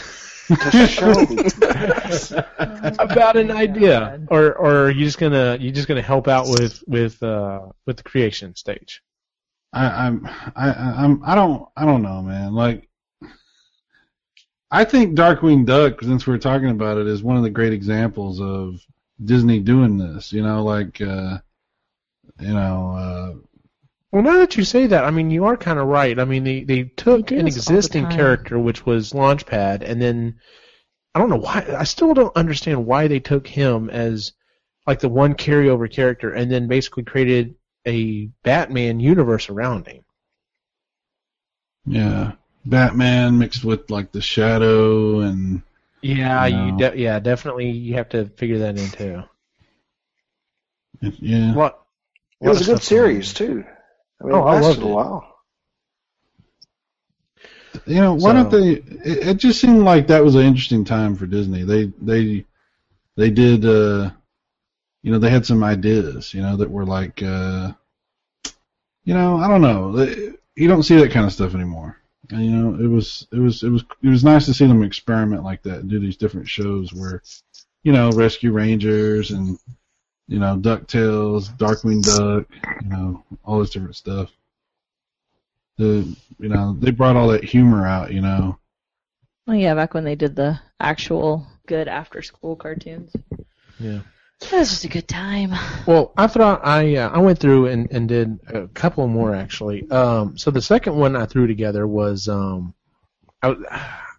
Speaker 5: To show.
Speaker 3: Oh,
Speaker 1: about an idea, or or are you just gonna you just gonna help out with with uh with the creation stage?
Speaker 4: I, I'm, I, I- I'm, I don't, I don't know, man. Like, I think Darkwing Duck, since we're talking about it, is one of the great examples of Disney doing this. You know, like, uh, you know, uh,
Speaker 1: Well, now that you say that, I mean, you are kind of right. I mean, they, they took
Speaker 3: They do
Speaker 1: an
Speaker 3: this all the
Speaker 1: existing
Speaker 3: time.
Speaker 1: character, which was Launchpad, and then I don't know why. I still don't understand why they took him as like the one carryover character, and then basically created a Batman universe around him.
Speaker 4: uh, yeah, Batman mixed with like the Shadow and
Speaker 1: Yeah, you
Speaker 4: No.
Speaker 1: de- yeah, definitely you have to figure that in too.
Speaker 4: yeah.
Speaker 1: What?
Speaker 5: It was a good series too. I mean,
Speaker 1: Oh,
Speaker 5: it
Speaker 1: I
Speaker 5: lasted
Speaker 1: loved
Speaker 5: a
Speaker 1: it.
Speaker 5: while.
Speaker 4: You know,
Speaker 1: So-
Speaker 4: why don't they? It, it just seemed like that was an interesting time for Disney. They they they did, uh, you know, they had some ideas, you know, that were like, uh, you know, I don't know. They- You don't see that kind of stuff anymore. And, you know, it was it was it was it was nice to see them experiment like that and do these different shows where, you know, Rescue Rangers and you know Ducktales, Darkwing Duck, you know, all this different stuff. The you know, they brought all that humor out, you know.
Speaker 3: Well, Oh, yeah, back when they did the actual good after-school cartoons.
Speaker 1: Yeah.
Speaker 3: That was just a good time.
Speaker 1: Well, I thought I uh, I went through and, and did a couple more actually. Um, so the second one I threw together was um, I,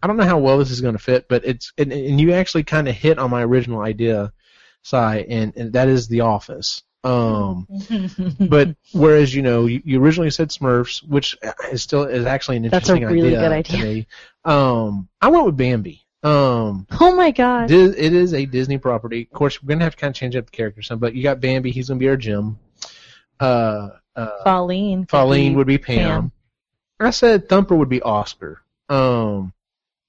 Speaker 1: I don't know how well this is going to fit, but it's and, and you actually kind of hit on my original idea, Sai, and, and that is the Office. Um, but whereas you know you, you originally said Smurfs, which uh, is still is actually an
Speaker 3: That's a
Speaker 1: interesting
Speaker 3: really
Speaker 1: idea,
Speaker 3: good
Speaker 1: to
Speaker 3: idea.
Speaker 1: me. Um, I went with Bambi. Um,
Speaker 3: oh my god.
Speaker 1: Dis- it is a Disney property. Of course, we're gonna have to kind of change up the character some. But you got Bambi. He's gonna be our Jim. Uh, uh,
Speaker 3: Pauline.
Speaker 1: Pauline would be Pam. I said Thumper would be Oscar. Um,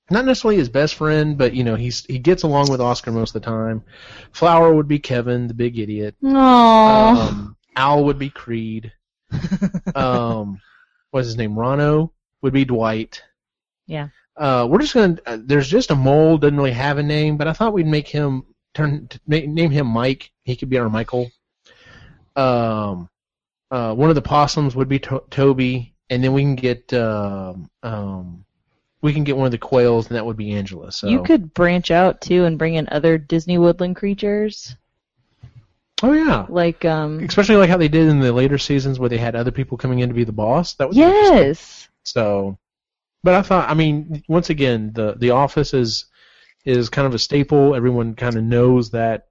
Speaker 1: not necessarily his best friend, but you know he's he gets along with Oscar most of the time. Flower would be Kevin, the big idiot.
Speaker 3: Aww.
Speaker 1: Um, Al would be Creed. um, what's his name? Rano would be Dwight.
Speaker 3: Yeah.
Speaker 1: Uh, we're just gonna. Uh, there's just a mole doesn't really have a name, but I thought we'd make him turn t- na- name him Mike. He could be our Michael. Um, uh, one of the possums would be to- Toby, and then we can get um, um, we can get one of the quails, and that would be Angela. So
Speaker 3: You could branch out too and bring in other Disney woodland creatures,
Speaker 1: Oh yeah.
Speaker 3: like um.
Speaker 1: Especially like how they did in the later seasons where they had other people coming in to be the boss. That was interesting.
Speaker 3: Yes.
Speaker 1: So, but I thought, I mean, once again, the the office is is kind of a staple. Everyone kind of knows that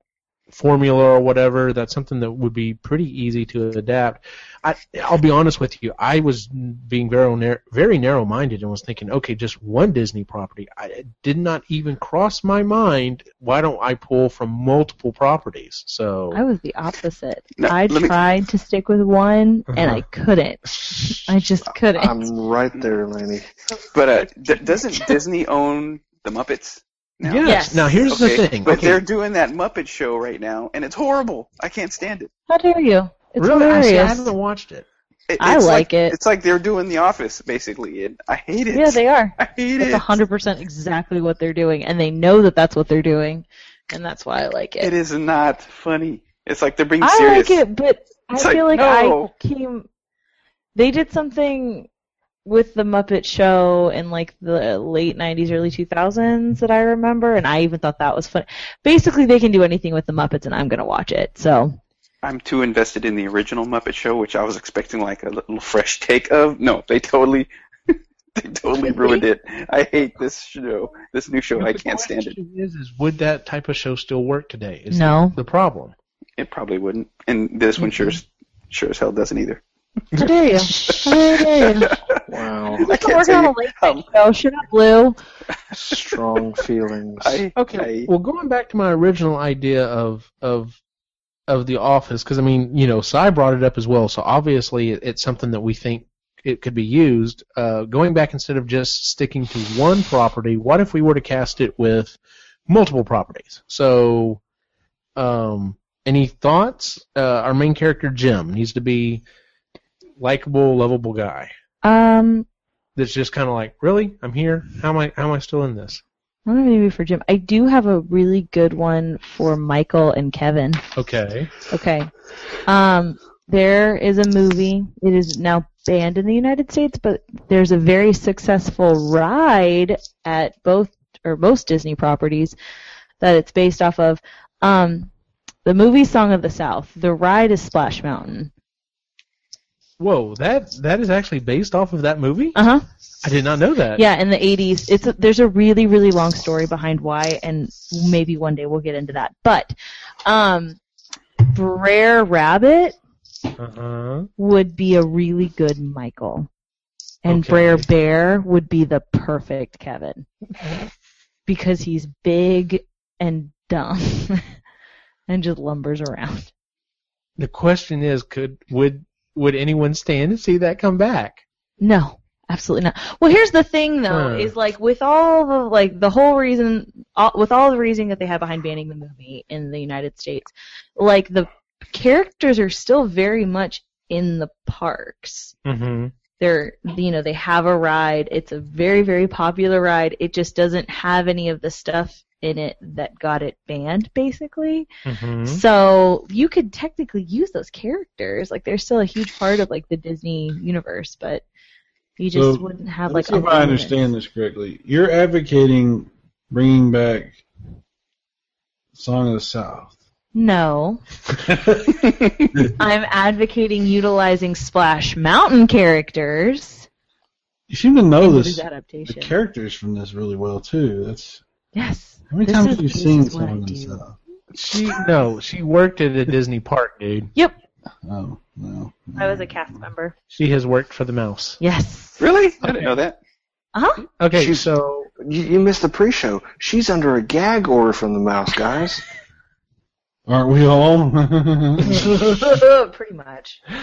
Speaker 1: formula or whatever. That's something that would be pretty easy to adapt. I I'll be honest with you. I was being very nar- very narrow minded and was thinking, okay, just one Disney property. I it did not even cross my mind. Why don't I pull from multiple properties? So
Speaker 3: I was the opposite.
Speaker 2: No,
Speaker 3: I
Speaker 2: let me-
Speaker 3: tried to stick with one and
Speaker 1: Uh-huh.
Speaker 3: I couldn't. I just couldn't.
Speaker 5: I'm right there, Laney.
Speaker 2: But uh, d- doesn't Disney own the Muppets? Now?
Speaker 1: Yes.
Speaker 3: Yes.
Speaker 1: Now here's the
Speaker 2: Okay,
Speaker 1: thing.
Speaker 2: But
Speaker 1: Okay.
Speaker 2: they're doing that Muppet show right now, and it's horrible. I can't stand it.
Speaker 3: How dare you? It's
Speaker 1: really, I, see, I
Speaker 3: hilarious.
Speaker 1: haven't watched it.
Speaker 2: It-
Speaker 3: I
Speaker 2: it's
Speaker 3: like it.
Speaker 2: It's like they're doing The Office, basically, and I hate it.
Speaker 3: yeah, they are.
Speaker 2: I hate
Speaker 3: It's
Speaker 2: it.
Speaker 3: hundred percent exactly what they're doing, and they know that that's what they're doing, and that's why I like
Speaker 2: It
Speaker 3: it.
Speaker 2: is not funny. It's like they're being
Speaker 3: I
Speaker 2: serious.
Speaker 3: like it, but I
Speaker 2: It's like,
Speaker 3: feel like,
Speaker 2: no.
Speaker 3: I came. They did something with the Muppet Show in like the late '90s, early 2000s that I remember, and I even thought that was funny. Basically, they can do anything with the Muppets, and I'm gonna watch it. So
Speaker 2: I'm too invested in the original Muppet Show, which I was expecting like a little fresh take of. No, they totally, they totally ruined it. I hate this show, this new show. I can't stand it.
Speaker 1: The question Is, is would that type of show still work today? Is
Speaker 3: No.
Speaker 1: the problem.
Speaker 2: It probably wouldn't, and this one
Speaker 3: Mm-hmm.
Speaker 2: sure, as- sure as hell doesn't either.
Speaker 3: how dare you? How dare you?
Speaker 5: Wow,
Speaker 2: I
Speaker 3: We're
Speaker 2: can't
Speaker 3: working
Speaker 2: tell
Speaker 3: on a
Speaker 2: you
Speaker 3: late
Speaker 2: how
Speaker 3: night show. Oh, Shut up, Lou.
Speaker 5: strong feelings.
Speaker 2: I,
Speaker 1: Okay.
Speaker 2: I-
Speaker 1: well, going back to my original idea of of of the office, because I mean, you know, Cy brought it up as well, so obviously it- it's something that we think it could be used. Uh, going back instead of just sticking to one property, what if we were to cast it with multiple properties? So, um, any thoughts? Uh, our main character Jim needs to be likable, lovable guy.
Speaker 3: Um,
Speaker 1: That's just kind of like, really, I'm here. How am I? How am I still in this?
Speaker 3: I don't have any for Jim. I do have a really good one for Michael and Kevin.
Speaker 1: Okay.
Speaker 3: Okay. Um, there is a movie. It is now banned in the United States, but there's a very successful ride at both or most Disney properties that it's based off of. Um, the movie Song of the South. The ride is Splash Mountain.
Speaker 1: Whoa, that that is actually based off of that movie.
Speaker 3: Uh huh.
Speaker 1: I did not know that.
Speaker 3: Yeah, in the 80s. It's a, there's a really really long story behind why, and maybe one day we'll get into that. But um, Brer Rabbit
Speaker 1: Uh
Speaker 3: Uh-huh.
Speaker 1: huh.
Speaker 3: would be a really good Michael, and
Speaker 1: Okay.
Speaker 3: Brer Bear would be the perfect Kevin because he's big and dumb and just lumbers around.
Speaker 1: The question is, could would would anyone stand to see that come back?
Speaker 3: No, absolutely not. Well, here's the thing though,
Speaker 1: Huh.
Speaker 3: is like with all the like the whole reason, all, with all the reasoning that they have behind banning the movie in the United States, like the characters are still very much in the parks.
Speaker 1: Mm-hmm.
Speaker 3: They're you know they have a ride. It's a very very popular ride. It just doesn't have any of the stuff in it that got it banned basically.
Speaker 1: Mm-hmm.
Speaker 3: So you could technically use those characters. Like they're still a huge part of like the Disney universe, but you just
Speaker 4: So,
Speaker 3: wouldn't have
Speaker 4: Let's
Speaker 3: like.
Speaker 4: see if I
Speaker 3: unlimited.
Speaker 4: understand this correctly. You're advocating bringing back Song of the South.
Speaker 3: No, I'm advocating utilizing Splash Mountain characters.
Speaker 4: You seem to know
Speaker 3: What is
Speaker 4: this,
Speaker 3: that
Speaker 4: the
Speaker 3: adaptation?
Speaker 4: characters from this really well too. That's
Speaker 3: yes.
Speaker 4: how many
Speaker 3: This
Speaker 4: times
Speaker 3: is-
Speaker 4: have you
Speaker 3: this
Speaker 4: seen
Speaker 3: is what
Speaker 4: Song of
Speaker 3: I
Speaker 4: the
Speaker 3: do.
Speaker 4: South?
Speaker 1: She no, she worked at a Disney park, dude.
Speaker 3: Yep,
Speaker 4: Oh no,
Speaker 3: I was a cast member.
Speaker 1: She has worked for the mouse.
Speaker 3: Yes.
Speaker 2: really? I didn't know that.
Speaker 3: Uh huh.
Speaker 1: Okay,
Speaker 5: She's-
Speaker 1: so
Speaker 5: You, you missed the pre-show. She's under a gag order from the mouse, guys.
Speaker 4: Aren't we all?
Speaker 3: Uh-huh. Pretty much.
Speaker 1: um,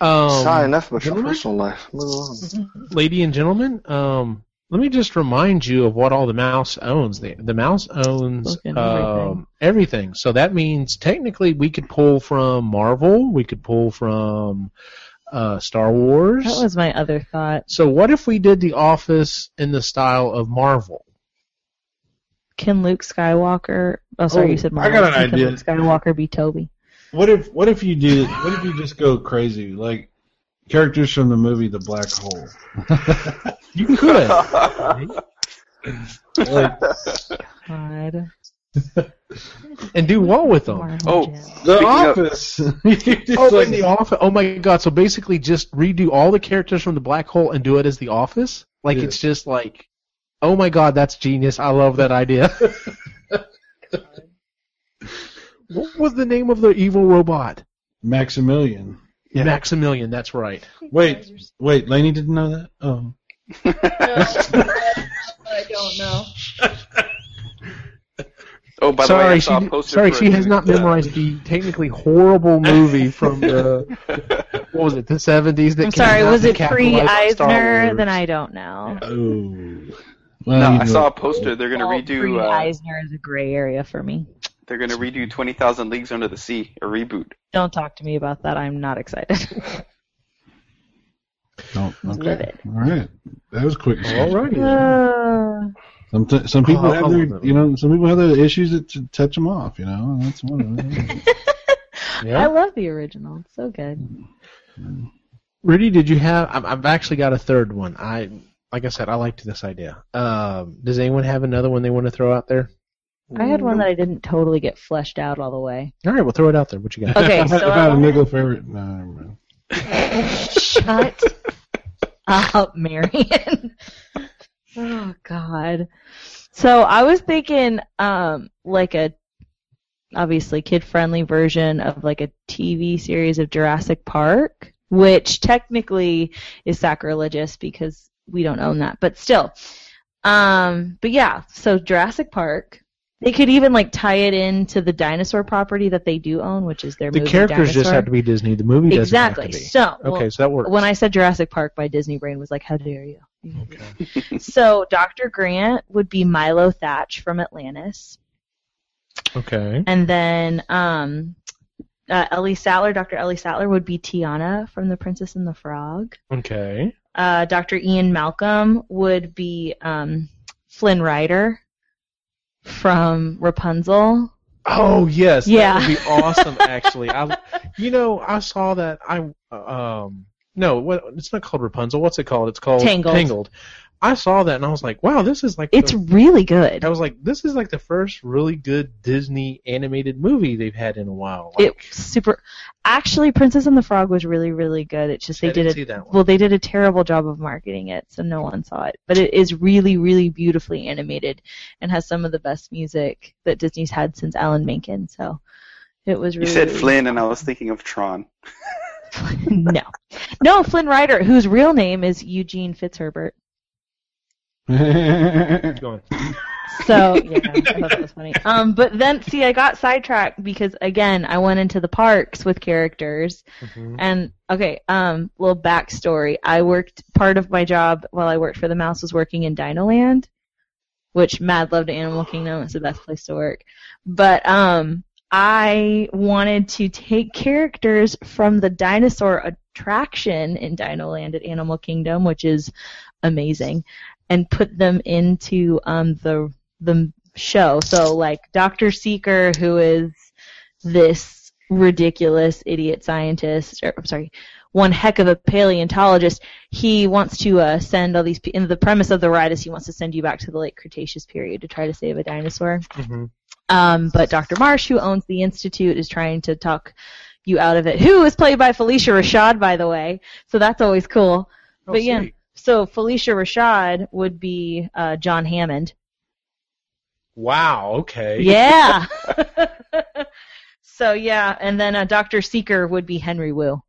Speaker 5: Oh, Sigh, enough about your
Speaker 1: Gentlemen?
Speaker 5: personal life. Move along.
Speaker 1: lady and gentlemen, um, Let me just remind you of what all the mouse owns. The, the mouse owns
Speaker 3: Fucking
Speaker 1: um, everything. So that means technically we could pull from Marvel, we could pull from uh, Star Wars.
Speaker 3: That was my other thought.
Speaker 1: so what if we did The Office in the style of Marvel?
Speaker 3: Can Luke Skywalker? Oh, sorry,
Speaker 4: Oh,
Speaker 3: you said
Speaker 4: I
Speaker 3: Marvel.
Speaker 4: got an
Speaker 3: Can
Speaker 4: idea.
Speaker 3: Luke Skywalker be Toby?
Speaker 4: What if what if you do what if you just go crazy like characters from the movie The Black Hole?
Speaker 1: You could.
Speaker 4: Like
Speaker 3: God.
Speaker 1: and do what with them?
Speaker 3: Marvel
Speaker 2: Oh.
Speaker 3: Jam.
Speaker 4: The
Speaker 2: Speaking of-
Speaker 4: Office. You just
Speaker 1: Oh,
Speaker 4: like-
Speaker 1: in the office. Oh my god! So basically, just redo all the characters from the black hole and do it as the office. Like
Speaker 4: Yeah.
Speaker 1: it's just like, oh my god, that's genius! I love that idea. what was the name of the evil robot?
Speaker 4: Maximilian.
Speaker 1: Maximilian. That's right.
Speaker 4: Wait, wait, Lainey didn't know that? Oh.
Speaker 3: I don't know.
Speaker 2: Oh, by the way, I
Speaker 1: sorry,
Speaker 2: saw
Speaker 1: she
Speaker 2: a poster
Speaker 1: sorry
Speaker 2: for
Speaker 1: she
Speaker 2: a
Speaker 1: has
Speaker 2: new- uh,
Speaker 1: not memorized the technically horrible movie from the what was it the seventies that
Speaker 3: I'm
Speaker 1: came
Speaker 3: sorry.
Speaker 1: out
Speaker 3: Was
Speaker 1: and
Speaker 3: it pre
Speaker 1: capitalized on Star
Speaker 3: Eisner?
Speaker 1: Wars.
Speaker 3: Then I don't know.
Speaker 4: Oh.
Speaker 2: No,
Speaker 4: Well, you
Speaker 2: I
Speaker 4: know.
Speaker 2: saw a poster. They're gonna
Speaker 3: Well,
Speaker 2: redo.
Speaker 3: pre
Speaker 2: Uh,
Speaker 3: Eisner is a gray area for me.
Speaker 2: they're gonna redo Twenty Thousand Leagues Under the Sea, a reboot.
Speaker 3: Don't talk to me about that. I'm not excited.
Speaker 4: Oh, okay.
Speaker 3: livid.
Speaker 4: All right. That was quick.
Speaker 1: Alrighty.
Speaker 3: Uh,
Speaker 4: Some t- some people
Speaker 1: Oh,
Speaker 4: have
Speaker 1: I'll
Speaker 4: their
Speaker 1: live it.
Speaker 4: you know some people have their issues that t- touch them off. You know that's one of them.
Speaker 3: I
Speaker 1: Yeah.
Speaker 3: love the original. It's so good.
Speaker 1: Rudy, did you have? I've, I've actually got a third one. I, like I said, I liked this idea. Um, does anyone have another one they want to throw out there?
Speaker 3: I had
Speaker 2: Mm.
Speaker 3: one that I didn't totally get fleshed out all the way.
Speaker 1: All right, we'll throw it out there. What you got?
Speaker 3: Okay, so I
Speaker 4: about a
Speaker 3: wanna-
Speaker 4: nickel favorite. No, never mind.
Speaker 3: Shut up, Marion. oh God. So I was thinking, um, like a obviously kid-friendly version of like a TV series of Jurassic Park, which technically is sacrilegious because we don't own that, but still. Um, but yeah, so Jurassic Park. They could even like tie it into the dinosaur property that they do own, which is their
Speaker 1: The
Speaker 3: movie
Speaker 1: characters just
Speaker 3: Dinosaur.
Speaker 1: have to be Disney. The movie doesn't have to
Speaker 3: exactly.
Speaker 1: be.
Speaker 3: So well,
Speaker 1: okay, so that works.
Speaker 3: when I said Jurassic Park, my Disney brain was like, "How dare you?" so Dr. Grant would be Milo Thatch from Atlantis,
Speaker 1: okay.
Speaker 3: and then um, uh, Ellie Sattler, Dr. Ellie Sattler would be Tiana from The Princess and the Frog.
Speaker 1: Okay.
Speaker 3: Uh, Dr. Ian Malcolm would be um, Flynn Rider from Rapunzel.
Speaker 1: Oh yes.
Speaker 3: Yeah.
Speaker 1: That would be awesome. Actually, I, you know, I saw that. I um, no, what, it's not called Rapunzel. What's it called? It's called
Speaker 3: Tangled.
Speaker 1: I saw that and I was like, wow, this is like
Speaker 3: It's
Speaker 1: the
Speaker 3: really good.
Speaker 1: I was like, this is like the first really good Disney animated movie they've had in a while. Like,
Speaker 3: It super. Actually, Princess and the Frog was really, really good. It's just
Speaker 1: I
Speaker 3: they
Speaker 1: didn't
Speaker 3: did it
Speaker 1: see that one.
Speaker 3: Well, they did a terrible job of marketing it, so no one saw it. But it is really, really beautifully animated and has some of the best music that Disney's had since Alan Menken. So it was
Speaker 2: You
Speaker 3: really.
Speaker 2: said Flynn, and I was thinking of Tron.
Speaker 3: no, no, Flynn Rider, whose real name is Eugene Fitzherbert.
Speaker 1: Go on.
Speaker 3: So yeah, I thought that was funny. Um, but then see, I got sidetracked because again, I went into the parks with characters, And okay, um, little backstory. I worked part of my job while I worked for the mouse was working in Dinoland, which Mad Love to Animal Kingdom is the best place to work. But um, I wanted to take characters from the dinosaur attraction in Dinoland at Animal Kingdom, which is amazing, and put them into um the the show. So like Doctor Seeker, who is this ridiculous idiot scientist, or I'm sorry, one heck of a paleontologist. He wants to uh, send all these. pe- And the premise of the ride is he wants to send you back to the late Cretaceous period to try to save a dinosaur.
Speaker 1: Mhm.
Speaker 3: Um, but Dr. Marsh, who owns the institute, is trying to talk you out of it. Who is played by Felicia Rashad, by the way. So that's always cool.
Speaker 1: Oh,
Speaker 3: but yeah,
Speaker 1: sweet.
Speaker 3: so Felicia Rashad would be uh, John Hammond.
Speaker 1: Wow. Okay.
Speaker 3: Yeah. so yeah, and then uh, Doctor Seeker would be Henry Wu.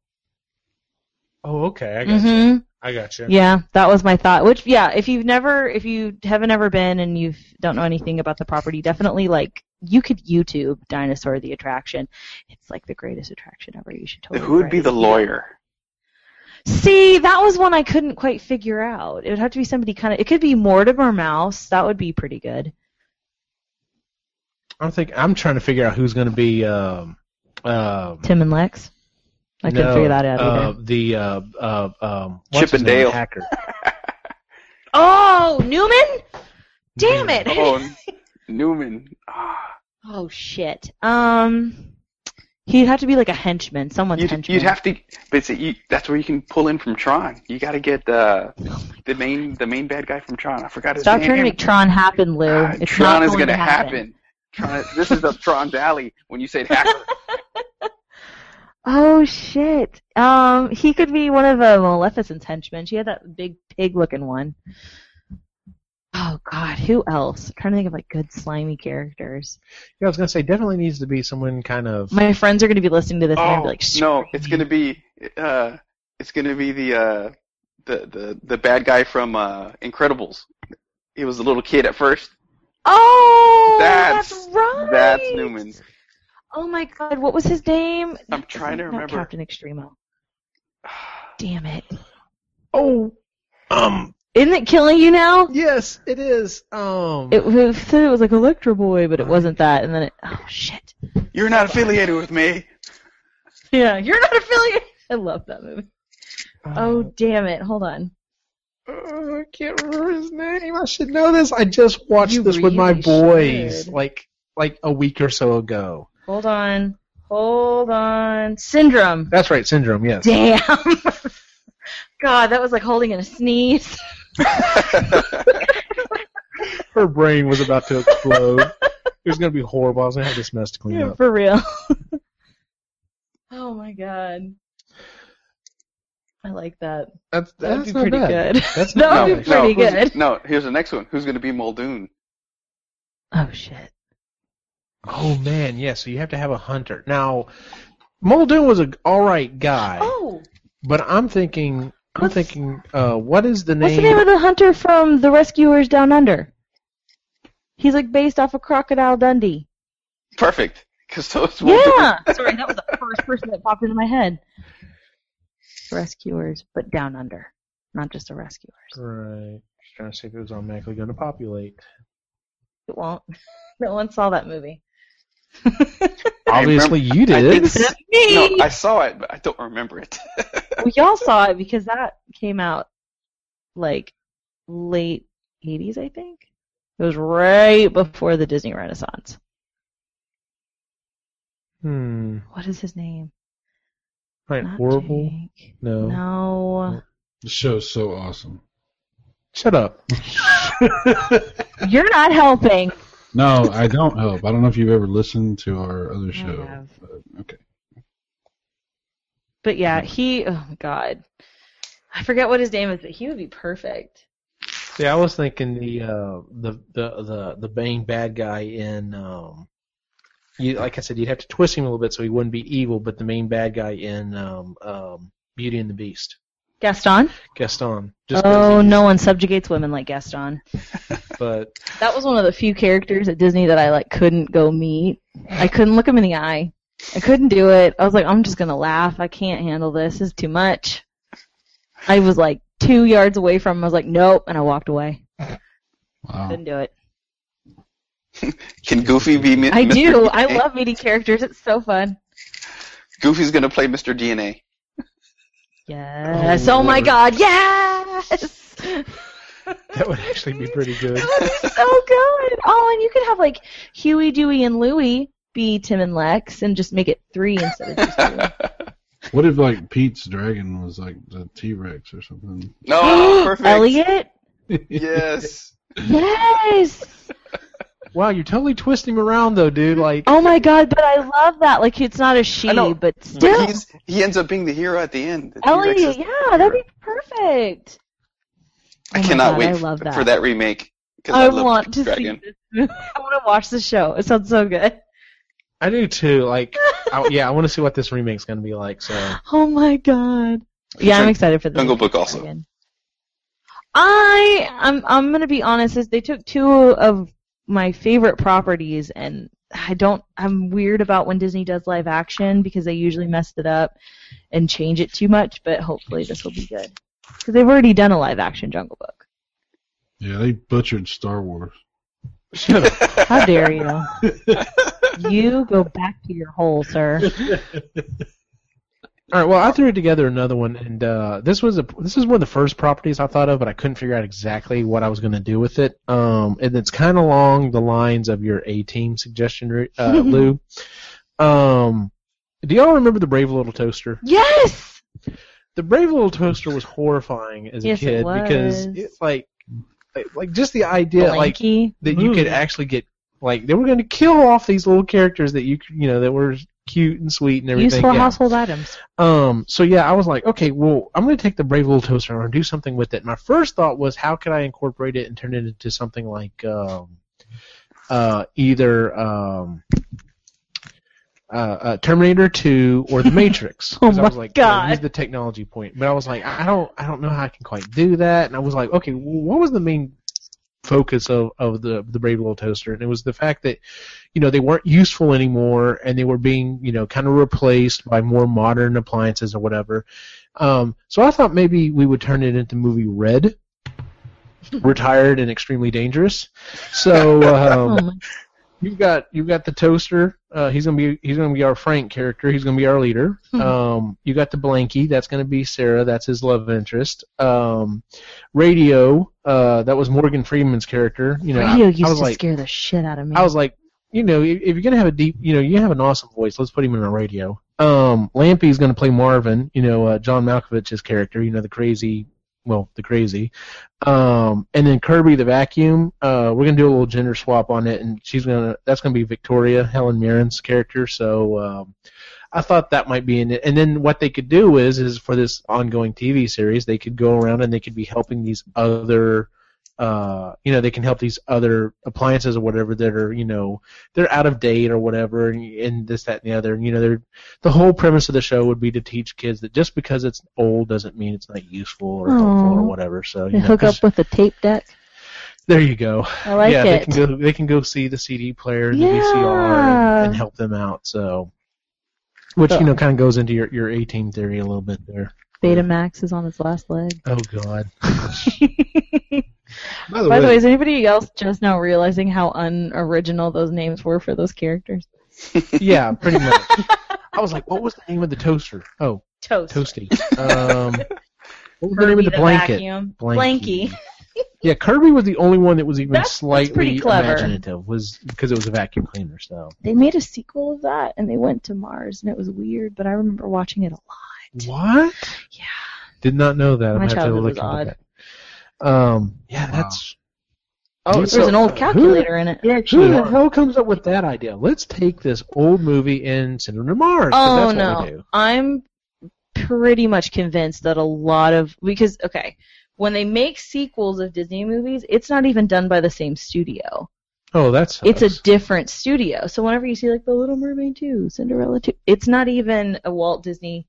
Speaker 1: Oh, okay. I got you.
Speaker 3: hmm
Speaker 1: I got you.
Speaker 3: Yeah, that was my thought. Which yeah, if you've never, if you haven't ever been and you don't know anything about the property, definitely like you could YouTube Dinosaur Oh, the attraction. It's like the greatest attraction ever. You should totally.
Speaker 2: Who would
Speaker 3: try
Speaker 2: be
Speaker 3: it.
Speaker 2: the lawyer?
Speaker 3: See, that was one I couldn't quite figure out. It would have to be somebody kind of. It could be Mortimer Mouse. That would be pretty good.
Speaker 1: I'm think I'm trying to figure out who's going to be. Um, um,
Speaker 3: Tim and Lex. I couldn't
Speaker 1: no,
Speaker 3: figure that out either.
Speaker 1: Uh, the uh, uh, um, what's
Speaker 2: Chip
Speaker 1: his
Speaker 2: and
Speaker 1: name?
Speaker 2: Dale.
Speaker 1: hacker.
Speaker 3: oh, Newman! Damn it!
Speaker 2: Oh, N- Newman. Ah,
Speaker 3: Oh shit. Um, he'd have to be like a henchman, someone's
Speaker 2: you'd,
Speaker 3: henchman.
Speaker 2: you'd have to, but see, you, that's where you can pull in from Tron. You got to get uh, the main the main bad guy from Tron. I forgot his
Speaker 3: Stop
Speaker 2: name.
Speaker 3: trying to make Tron happen, Lou.
Speaker 2: Ah,
Speaker 3: it's
Speaker 2: Tron
Speaker 3: not
Speaker 2: is
Speaker 3: going
Speaker 2: gonna
Speaker 3: to
Speaker 2: happen. Tron, this is up Tron's alley when you say hacker.
Speaker 3: Oh shit. Um, he could be one of uh, Maleficent's henchmen. She had that big pig-looking one. Oh god, who else? I'm trying to think of like good slimy characters.
Speaker 1: Yeah, I was going to say definitely needs to be someone kind of.
Speaker 3: My friends are going to be listening to this and they're gonna
Speaker 2: oh
Speaker 3: be like,
Speaker 2: no, it's gonna be uh, it's gonna be the uh, the the the bad guy from uh, Incredibles. He was a little kid at first.
Speaker 3: oh,
Speaker 2: That's-
Speaker 3: that's, right.
Speaker 2: That's Newman.
Speaker 3: Oh my god, what was his name?
Speaker 2: I'm trying to
Speaker 3: Not
Speaker 2: remember.
Speaker 3: Captain Extremo. Damn it.
Speaker 1: Oh, um,
Speaker 3: Isn't it killing you now?
Speaker 1: yes, it is. Um,
Speaker 3: It was, said it was like Electro Boy, but it wasn't that. And then it, oh shit.
Speaker 2: You're not affiliated with me.
Speaker 3: Yeah, you're not affiliated. I love that movie. Oh
Speaker 2: Uh,
Speaker 3: damn it! Hold on.
Speaker 1: Uh, I can't remember his name. I should know this. I just watched
Speaker 3: You
Speaker 1: this with my
Speaker 3: really
Speaker 1: boys
Speaker 3: should.
Speaker 1: like like a week or so ago.
Speaker 3: Hold on. Hold on. Syndrome.
Speaker 1: That's right, Syndrome. Yes.
Speaker 3: Damn. God, that was like holding in a sneeze.
Speaker 1: Her brain was about to explode. it was going to be horrible. I was going to have this mess to clean
Speaker 3: Yeah,
Speaker 1: up.
Speaker 3: for real. oh my god. I like that.
Speaker 1: That's
Speaker 3: That would
Speaker 1: that's
Speaker 3: be
Speaker 1: not
Speaker 3: pretty
Speaker 1: bad.
Speaker 3: good.
Speaker 1: That's
Speaker 3: That
Speaker 1: not
Speaker 3: would
Speaker 1: bad.
Speaker 3: be Oh, pretty
Speaker 2: who's-
Speaker 3: good.
Speaker 2: No, here's the next one. Who's going to be Muldoon?
Speaker 3: Oh shit.
Speaker 1: Oh man, yes. so you have to have a hunter. Now, Muldoon was an all right guy,
Speaker 3: Oh,
Speaker 1: but I'm thinking, I'm
Speaker 3: What's-
Speaker 1: thinking, uh, what is the name?
Speaker 3: What's the name of the hunter from The Rescuers Down Under? He's like based off of Crocodile Dundee.
Speaker 2: Perfect. Because so is Muldoon.
Speaker 3: Yeah. Sorry, that was the first person that popped into my head. Rescuers, but Down Under, not just the Rescuers.
Speaker 1: right. Just trying to see if it was automatically going to populate.
Speaker 3: It won't. No one saw that movie.
Speaker 2: I
Speaker 1: Obviously, you
Speaker 2: I
Speaker 1: did.
Speaker 2: think-
Speaker 3: Me.
Speaker 2: No, I saw it, but I don't remember it.
Speaker 3: Well, y'all saw it because that came out like late '80s, I think. It was right before the Disney Renaissance.
Speaker 1: Hmm.
Speaker 3: What is his name?
Speaker 1: Right.
Speaker 3: Not
Speaker 1: horrible.
Speaker 3: Jake.
Speaker 1: No.
Speaker 3: No.
Speaker 4: The show's so awesome.
Speaker 1: Shut up.
Speaker 3: You're not helping.
Speaker 4: No, I don't help. I don't know if you've ever listened to our other show.
Speaker 3: have.
Speaker 4: but, Uh, okay.
Speaker 3: But yeah, he. Oh my god, I forget what his name is, but he would be perfect.
Speaker 1: Yeah, I was thinking the uh, the the the the Bane bad guy in. Um, you, like I said, you'd have to twist him a little bit so he wouldn't be evil, but the main bad guy in um, um, Beauty and the Beast,
Speaker 3: Gaston.
Speaker 1: Gaston.
Speaker 3: oh,
Speaker 1: 'cause he-
Speaker 3: no one subjugates women like Gaston.
Speaker 1: But
Speaker 3: That was one of the few characters at Disney that I like couldn't go meet. I couldn't look him in the eye. I couldn't do it. I was like, I'm just gonna laugh. I can't handle this. This is too much. I was like two yards away from him. I was like, nope, and I walked away.
Speaker 4: Wow.
Speaker 3: Couldn't do it.
Speaker 2: Can Goofy be Mi-
Speaker 3: I
Speaker 2: Mr.
Speaker 3: do.
Speaker 2: DNA?
Speaker 3: I love meeting characters. It's so fun.
Speaker 2: Goofy's going to play Mr. DNA.
Speaker 3: Yes. Oh, my
Speaker 1: Lord.
Speaker 3: God. Yes.
Speaker 1: that would actually be pretty good.
Speaker 3: That would be so good. Oh, and you could have like Huey, Dewey, and Louie be Tim and Lex, and just make it three instead of just two.
Speaker 4: What if like Pete's dragon was like the T Rex or something?
Speaker 2: No, Oh, perfect.
Speaker 3: Elliot.
Speaker 2: Yes.
Speaker 3: Yes.
Speaker 1: Wow, you're totally twisting him around though, dude. Like,
Speaker 3: Oh my God, but I love that. Like it's not a she,
Speaker 2: I know,
Speaker 3: but
Speaker 2: But
Speaker 3: still,
Speaker 2: he's, he ends up being the hero at the end. The T-Rex
Speaker 3: Elliot.
Speaker 2: is-
Speaker 3: Yeah, that'd be perfect.
Speaker 2: I
Speaker 3: Oh my
Speaker 2: cannot
Speaker 3: God,
Speaker 2: wait
Speaker 3: I love that.
Speaker 2: for that remake. 'cause
Speaker 3: I,
Speaker 2: love
Speaker 3: want to
Speaker 2: Dragon.
Speaker 3: see this. I want to watch the show. It sounds so good.
Speaker 1: I do too. Like, I, yeah, I want to see what this remake's gonna be like. So,
Speaker 3: Oh my God. Yeah, I'm
Speaker 2: Jung-
Speaker 3: excited for the
Speaker 2: Jungle Book also.
Speaker 3: Again. I I'm I'm gonna be honest. Is they took two of my favorite properties and I don't. I'm weird about when Disney does live action because they usually mess it up and change it too much. But hopefully this will be good because they've already done a live action Jungle Book.
Speaker 4: Yeah, they butchered Star Wars.
Speaker 1: Shut up.
Speaker 3: How dare you? you go back to your hole, sir.
Speaker 1: All right. Well, I threw together another one, and uh, this was a this is one of the first properties I thought of, but I couldn't figure out exactly what I was going to do with it. Um, and it's kind of along the lines of your A team suggestion, Ru- uh, Lou. Um, do y'all remember the Brave Little Toaster?
Speaker 3: Yes.
Speaker 1: The Brave Little Toaster was horrifying as a
Speaker 3: Yes, it
Speaker 1: kid because
Speaker 3: was.
Speaker 1: it, like, like like just the idea like
Speaker 3: Blanky.
Speaker 1: that you could
Speaker 4: Ooh.
Speaker 1: actually get like they were going to kill off these little characters that you could- you know that were cute and sweet and everything.
Speaker 3: useful
Speaker 1: Yeah.
Speaker 3: household items.
Speaker 1: Um, so yeah, I was like, okay, well, I'm gonna take the Brave Little Toaster and I'm gonna do something with it. My first thought was, how could I incorporate it and turn it into something like, um, uh, either um, uh, uh, Terminator 2 or The Matrix. 'Cause
Speaker 3: Oh
Speaker 1: I was
Speaker 3: my
Speaker 1: like, you know,
Speaker 3: God.
Speaker 1: use the technology point. But I was like, I don't, I don't know how I can quite do that. And I was like, okay, well, what was the main focus of, of the the Brave Little Toaster? And it was the fact that you know they weren't useful anymore and they were being you know kind of replaced by more modern appliances or whatever um, so i thought maybe we would turn it into movie red retired and extremely dangerous so
Speaker 3: Oh
Speaker 1: um,
Speaker 3: my
Speaker 1: you've got you've got the toaster uh, he's gonna be he's gonna be our frank character he's gonna be our leader
Speaker 3: Hmm.
Speaker 1: um, you got the blankie that's gonna be sarah that's his love interest um, radio uh, that was morgan freeman's character you know I-
Speaker 3: radio
Speaker 1: I,
Speaker 3: used
Speaker 1: was
Speaker 3: to
Speaker 1: like
Speaker 3: scare the shit out of me.
Speaker 1: I was like, you know, if, if you're gonna have a deep, you know, you have an awesome voice. Let's put him in a radio. Um, Lampy's gonna play Marvin. You know, uh, John Malkovich's character. You know, the crazy, well, the crazy. Um, and then Kirby the vacuum. Uh, we're gonna do a little gender swap on it, and she's gonna. That's gonna be Victoria Helen Mirren's character. So. Um, I thought that might be in it, and then what they could do is, is for this ongoing TV series, they could go around and they could be helping these other uh, you know, they can help these other appliances or whatever that are, you know, they're out of date or whatever, and, and this, that, and the other. And, you know, they're, the whole premise of the show would be to teach kids that just because it's old doesn't mean it's not useful or helpful or
Speaker 3: Aw.
Speaker 1: whatever. So,
Speaker 3: They
Speaker 1: you know,
Speaker 3: hook up
Speaker 1: 'cause-
Speaker 3: with a tape deck.
Speaker 1: there you go.
Speaker 3: I like
Speaker 1: yeah,
Speaker 3: it.
Speaker 1: they can go, they can go see the CD player, and the VCR,
Speaker 3: Yeah.
Speaker 1: and, and help them out. So, which you know, kind of goes into your your A team theory a little bit there.
Speaker 3: Betamax is on its last leg.
Speaker 1: Oh God.
Speaker 4: By the
Speaker 3: By
Speaker 4: way,
Speaker 3: the way, is anybody else just now realizing how unoriginal those names were for those characters?
Speaker 1: Yeah, pretty much. I was like, what was the name of the toaster? Oh,
Speaker 3: Toast.
Speaker 1: Toasty. Um, what was the name of the blanket? Blanky.
Speaker 3: Blanky.
Speaker 1: Yeah, Kirby was the only one that was even
Speaker 3: That's- that's
Speaker 1: slightly
Speaker 3: pretty clever.
Speaker 1: imaginative, was because it was a vacuum cleaner. So
Speaker 3: They made a sequel of that, and they went to Mars, and it was weird, but I remember watching it a lot.
Speaker 1: what?
Speaker 3: Yeah.
Speaker 1: Did not know that.
Speaker 3: My
Speaker 1: I'm gonna have to
Speaker 3: childhood
Speaker 1: look
Speaker 3: was
Speaker 1: into that. Um, yeah,
Speaker 4: Wow.
Speaker 1: that's.
Speaker 3: Oh,
Speaker 1: Who-
Speaker 3: there's an old calculator in it.
Speaker 4: you
Speaker 1: Who
Speaker 4: actually
Speaker 1: the
Speaker 4: are-
Speaker 1: hell comes up with that idea? Let's take this old movie and send it to Mars. 'cause
Speaker 3: Oh
Speaker 1: that's What we
Speaker 3: no,
Speaker 1: do.
Speaker 3: I'm pretty much convinced that a lot of because okay, when they make sequels of Disney movies, it's not even done by the same studio.
Speaker 1: Oh, that's.
Speaker 3: it's a different studio. So whenever you see like The Little Mermaid 2, Cinderella 2, it's not even a Walt Disney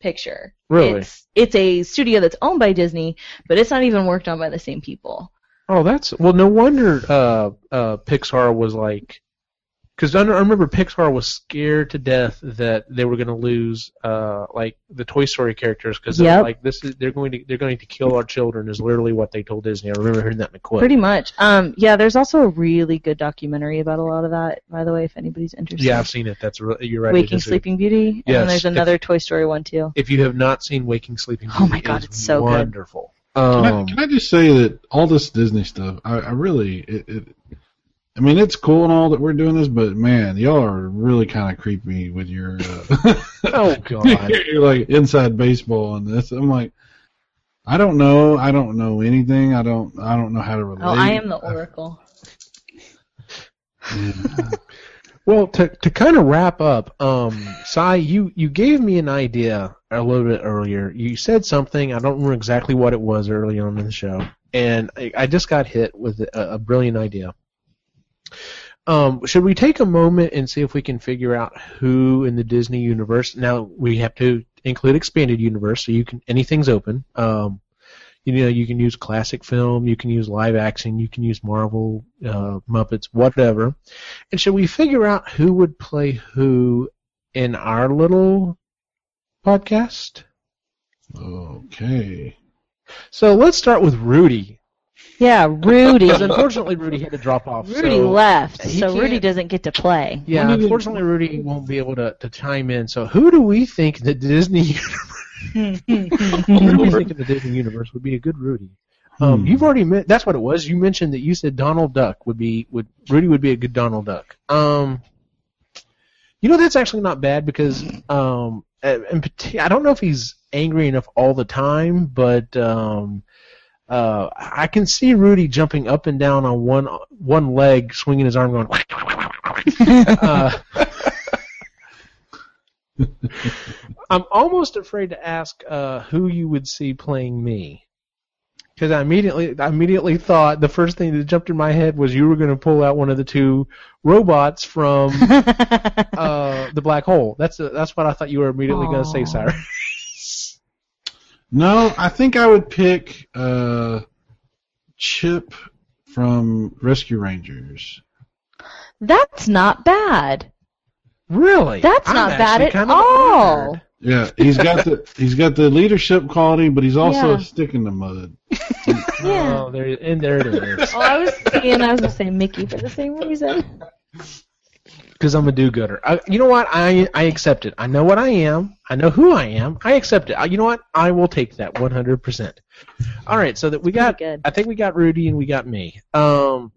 Speaker 3: picture.
Speaker 1: Really?
Speaker 3: It's it's a studio that's owned by Disney, but it's not even worked on by the same people.
Speaker 1: Oh, that's well. No wonder uh, uh, Pixar was like, because I I remember Pixar was scared to death that they were going to lose uh, like the Toy Story characters because
Speaker 3: Yep.
Speaker 1: like this is they're going to they're going to kill our children is literally what they told Disney. I remember hearing that in a quote.
Speaker 3: Pretty much. Um yeah, there's also a really good documentary about a lot of that, by the way, if anybody's interested.
Speaker 1: yeah, I've seen it. That's re- you're right. it
Speaker 3: Waking
Speaker 1: is a-
Speaker 3: Sleeping Beauty. And
Speaker 1: Yes,
Speaker 3: then there's
Speaker 1: if-
Speaker 3: another Toy Story one too.
Speaker 1: If you have not seen Waking Sleeping
Speaker 3: Oh my
Speaker 1: Beauty,
Speaker 3: God,
Speaker 1: it is
Speaker 3: it's so good.
Speaker 1: wonderful.
Speaker 4: Can, I,
Speaker 1: Um,
Speaker 4: can I just say that all this Disney stuff, I, I really, it, it, I mean, it's cool and all that we're doing this, but man, y'all are really kind of creepy with your, uh,
Speaker 1: oh God.
Speaker 4: your like inside baseball and this. I'm like, I don't know, I don't know anything. I don't, I don't know how to relate.
Speaker 3: Oh, I am the Oracle.
Speaker 1: Well, to to kind of wrap up, um, Sai, you you gave me an idea a little bit earlier. You said something I don't remember exactly what it was early on in the show, and I, I just got hit with a, a brilliant idea. Um, should we take a moment and see if we can figure out who in the Disney universe? Now we have to include expanded universe, so you can anything's open. Um, you know you can use classic film, you can use live action, you can use Marvel uh, Muppets, whatever. And should we figure out who would play who in our little podcast?
Speaker 4: Okay.
Speaker 1: So let's start with Rudy.
Speaker 3: Yeah, Rudy.
Speaker 1: Because unfortunately, Rudy had to drop off.
Speaker 3: Rudy
Speaker 1: so-
Speaker 3: left,
Speaker 1: he
Speaker 3: so Rudy
Speaker 1: can't-
Speaker 3: doesn't get to play.
Speaker 1: Yeah,
Speaker 4: When did it-
Speaker 1: unfortunately, Rudy won't be able to, to chime in. So, who do we think the Disney who do we think in the Disney universe would be a good Rudy? Um,
Speaker 4: Hmm.
Speaker 1: You've already met. That's what it was. You mentioned that you said Donald Duck would be would Rudy would be a good Donald Duck. Um, you know that's actually not bad because um, a- in parti- I don't know if he's angry enough all the time, but um, uh, I can see Rudy jumping up and down on one one leg, swinging his arm, going. uh, I'm almost afraid to ask uh, who you would see playing me, because I immediately I immediately thought the first thing that jumped in my head was you were going to pull out one of the two robots from uh, the black hole. That's that's what I thought you were immediately going to say,
Speaker 3: Aw.
Speaker 1: Cyrus.
Speaker 4: No, I think I would pick uh, Chip from Rescue Rangers.
Speaker 3: That's not bad.
Speaker 1: Really?
Speaker 3: That's
Speaker 1: I'm
Speaker 3: not bad
Speaker 1: actually
Speaker 3: at
Speaker 1: kind of
Speaker 3: all.
Speaker 1: honored.
Speaker 4: Yeah, he's got the he's got the leadership quality, but he's also
Speaker 3: Yeah.
Speaker 4: a stick in the mud.
Speaker 3: Yeah.
Speaker 1: Oh, there and there it is.
Speaker 3: Oh, I was thinking I was gonna say Mickey for the same reason.
Speaker 1: Because I'm a do-gooder. I, you know what? I I accept it. I know what I am. I know who I am. I accept it. I, you know what? I will take that 100%. All right. So that we got.
Speaker 3: Pretty good.
Speaker 1: I think we got Rudy and we got me. Um,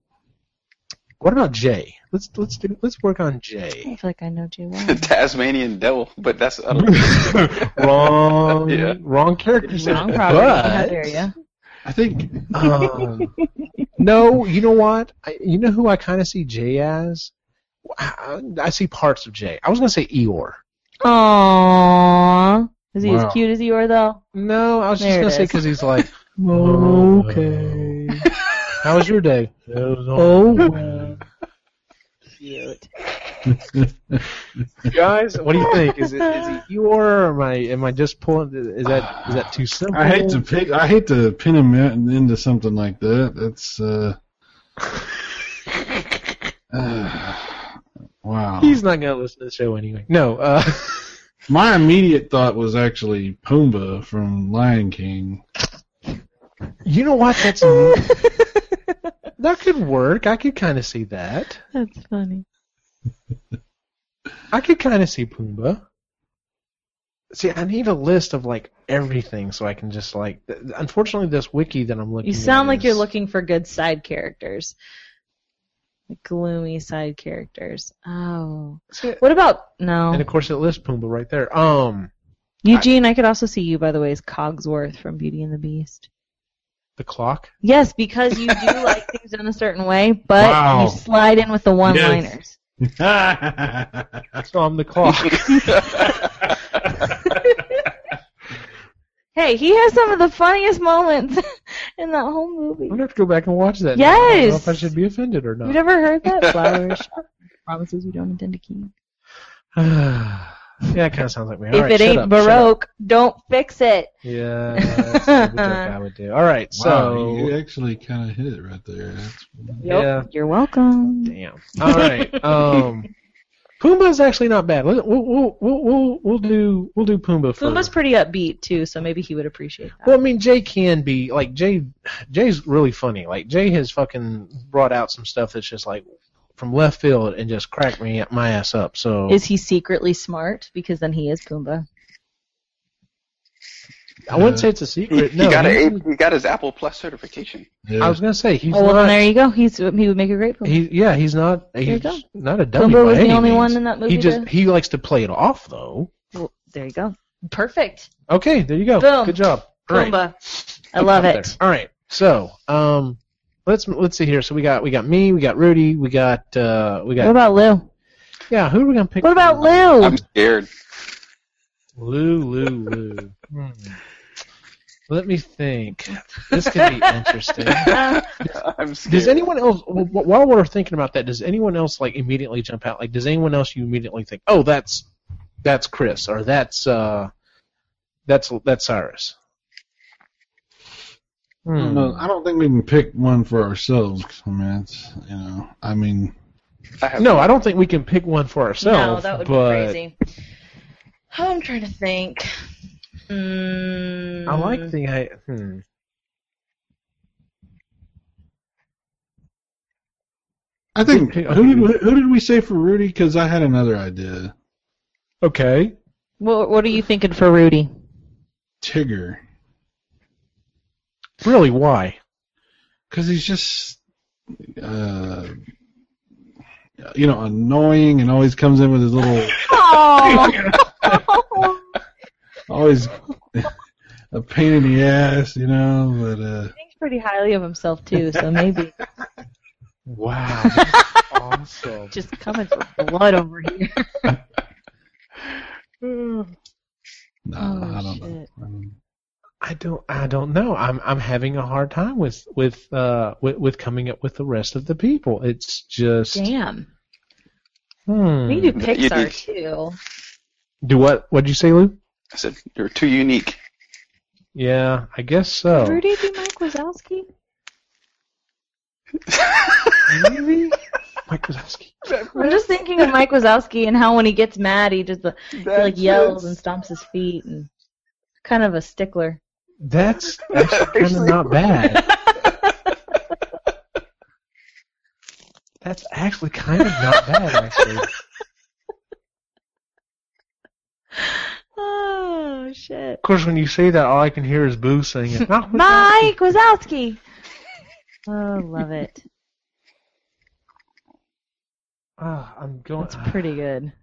Speaker 1: what about Jay? Let's let's do let's work on
Speaker 3: I
Speaker 1: Jay.
Speaker 3: feel like I know Jay well.
Speaker 2: The Tasmanian devil, but that's I don't
Speaker 1: Wrong
Speaker 2: Yeah.
Speaker 1: wrong character. set,
Speaker 3: Wrong property. How
Speaker 1: But,
Speaker 3: dare you?
Speaker 4: I think
Speaker 1: Um, no, you know what? I, you know who I kind of see Jay as? I, I see parts of Jay. I was going to say Eeyore.
Speaker 3: Aww. Is he
Speaker 4: Wow.
Speaker 3: as cute as you are though?
Speaker 1: No, I was
Speaker 3: There
Speaker 1: just
Speaker 3: it
Speaker 1: going to say
Speaker 3: is.
Speaker 1: because he's like,
Speaker 4: Okay.
Speaker 1: How was your day?
Speaker 4: oh
Speaker 3: Cute.
Speaker 1: Guys, what do you think? Is it is it Eeyore or am I am I just pulling is that is that too simple?
Speaker 4: I hate to pick I hate to pin him in- into something like that. That's uh, uh, wow.
Speaker 1: He's not going to listen to the show anyway. No, uh
Speaker 4: My immediate thought was actually Pumbaa from Lion King.
Speaker 1: You know what? That's that could work. I could kind of see that.
Speaker 3: That's funny.
Speaker 1: I could kind of see Pumbaa. See, I need a list of like everything so I can just like. th- Unfortunately, this wiki that I'm looking.
Speaker 3: You sound
Speaker 1: at
Speaker 3: like you're
Speaker 1: is-
Speaker 3: looking for good side characters. Like gloomy side characters. Oh. What about
Speaker 1: And
Speaker 3: no.
Speaker 1: of course, it lists Pumbaa right there. Um,
Speaker 3: Eugene, I could also see you by the way as Cogsworth from Beauty and the Beast.
Speaker 1: the clock.
Speaker 3: Yes, because you do like things done a certain way, but
Speaker 4: Wow.
Speaker 3: you slide in with the one liners.
Speaker 1: So I'm the clock.
Speaker 3: Hey, he has some of the funniest moments in that whole movie.
Speaker 1: I'm gonna have to go back and watch that. now. I don't know
Speaker 3: Yes!
Speaker 1: if I should be offended or
Speaker 3: You
Speaker 1: not.
Speaker 3: never heard that? Flowers, shop, promises we don't intend to keep.
Speaker 1: yeah, it kind of sounds like me. All
Speaker 3: if
Speaker 1: right,
Speaker 3: it
Speaker 1: shut
Speaker 3: ain't
Speaker 1: up, shut up.
Speaker 3: Baroque, don't fix it.
Speaker 1: yeah, that's the joke I would do. All right, so
Speaker 4: wow, you actually kind of hit it right there. That's,
Speaker 3: Yep.
Speaker 1: yeah.
Speaker 3: You're welcome.
Speaker 1: Damn. All right. Um, Pumbaa's actually not bad. We'll we'll we'll we'll, we'll do we'll do Pumbaa first.
Speaker 3: Pumbaa's pretty upbeat too, so maybe he would appreciate that.
Speaker 1: well, I mean, Jay can be like Jay. Jay's really funny. Like Jay has fucking brought out some stuff that's just like from left field and just cracked me my ass up. So
Speaker 3: Is he secretly smart? Because then he is Pumbaa.
Speaker 1: I wouldn't say it's a secret.
Speaker 2: he
Speaker 1: no,
Speaker 2: got
Speaker 1: he's-
Speaker 2: a, he got his Apple Plus certification.
Speaker 1: I
Speaker 4: yeah.
Speaker 1: was gonna say he's
Speaker 3: oh
Speaker 1: not.
Speaker 3: well, then there you go. He's he would make a great Pumbaa.
Speaker 1: he, yeah, he's not.
Speaker 3: you
Speaker 1: He's
Speaker 3: go.
Speaker 1: not a dummy.
Speaker 3: Pumbaa
Speaker 1: by
Speaker 3: was the
Speaker 1: any
Speaker 3: only
Speaker 1: means.
Speaker 3: one in that movie.
Speaker 1: He just
Speaker 3: to-
Speaker 1: he likes to play it off though.
Speaker 3: Well, there you go. Perfect.
Speaker 1: Okay, there you go.
Speaker 3: Boom.
Speaker 1: Good job. All right.
Speaker 3: Pumbaa. I love
Speaker 1: Up
Speaker 3: it.
Speaker 1: there. All right. So, um, let's let's see here. So we got we got me, we got Rudy, we got uh, we got
Speaker 3: What about Lou?
Speaker 1: yeah. Who are we gonna pick?
Speaker 3: What about
Speaker 1: Oh,
Speaker 3: Lou?
Speaker 2: I'm scared.
Speaker 1: Lou, Lou, Lou. Hmm. Let me think. This could be interesting.
Speaker 2: I'm scared.
Speaker 1: Does anyone else? wh- wh- While we're thinking about that, does anyone else like immediately jump out? Like, does anyone else you immediately think, oh, that's that's Chris or that's uh, that's that's Cyrus?
Speaker 4: I don't know. I don't think we can pick one for ourselves. 'cause, I mean, it's, you know, I mean,
Speaker 2: I have
Speaker 1: No, I don't think we can pick one for
Speaker 3: No,
Speaker 1: ourselves.
Speaker 3: that would
Speaker 1: but
Speaker 3: be crazy. I'm trying to think. Mm,
Speaker 1: I like the. I, hmm.
Speaker 4: I think
Speaker 1: Okay,
Speaker 4: who did who did we say for Rudy? Because I had another idea.
Speaker 1: Okay.
Speaker 3: What, what are you thinking for Rudy?
Speaker 4: Tigger,
Speaker 1: Really? Why?
Speaker 4: because he's just, uh, you know, annoying and always comes in with his little,
Speaker 3: Oh,
Speaker 4: always a pain in the ass, you know. But uh,
Speaker 3: he thinks pretty highly of himself too, so maybe
Speaker 1: Wow. that's awesome.
Speaker 3: just coming for blood over here.
Speaker 1: Uh,
Speaker 4: no,
Speaker 3: Oh,
Speaker 4: I don't know. Um,
Speaker 3: shit.
Speaker 4: I mean,
Speaker 1: I don't. I don't know. I'm. I'm having a hard time with with uh with, with coming up with the rest of the people. It's just.
Speaker 3: Damn,
Speaker 1: Hmm.
Speaker 3: we do
Speaker 2: You did-
Speaker 3: Pixar too.
Speaker 1: Do what? What'd you say, Lou?
Speaker 2: I said you're too unique.
Speaker 1: Yeah, I guess so.
Speaker 3: Rudy do Mike Wazowski?
Speaker 1: Maybe. Mike Wazowski.
Speaker 3: I'm just thinking of Mike Wazowski and how when he gets mad, he just the, he like yells and stomps his feet and kind of a stickler.
Speaker 1: That's actually kind of
Speaker 2: Actually-
Speaker 1: not bad. That's actually kind of not bad, actually.
Speaker 3: Oh shit!
Speaker 1: Of course, when you say that, all I can hear is Boo singing. "Not with
Speaker 3: Mike Wazowski. Oh, love it.
Speaker 1: Ah, I'm going.
Speaker 3: That's pretty good.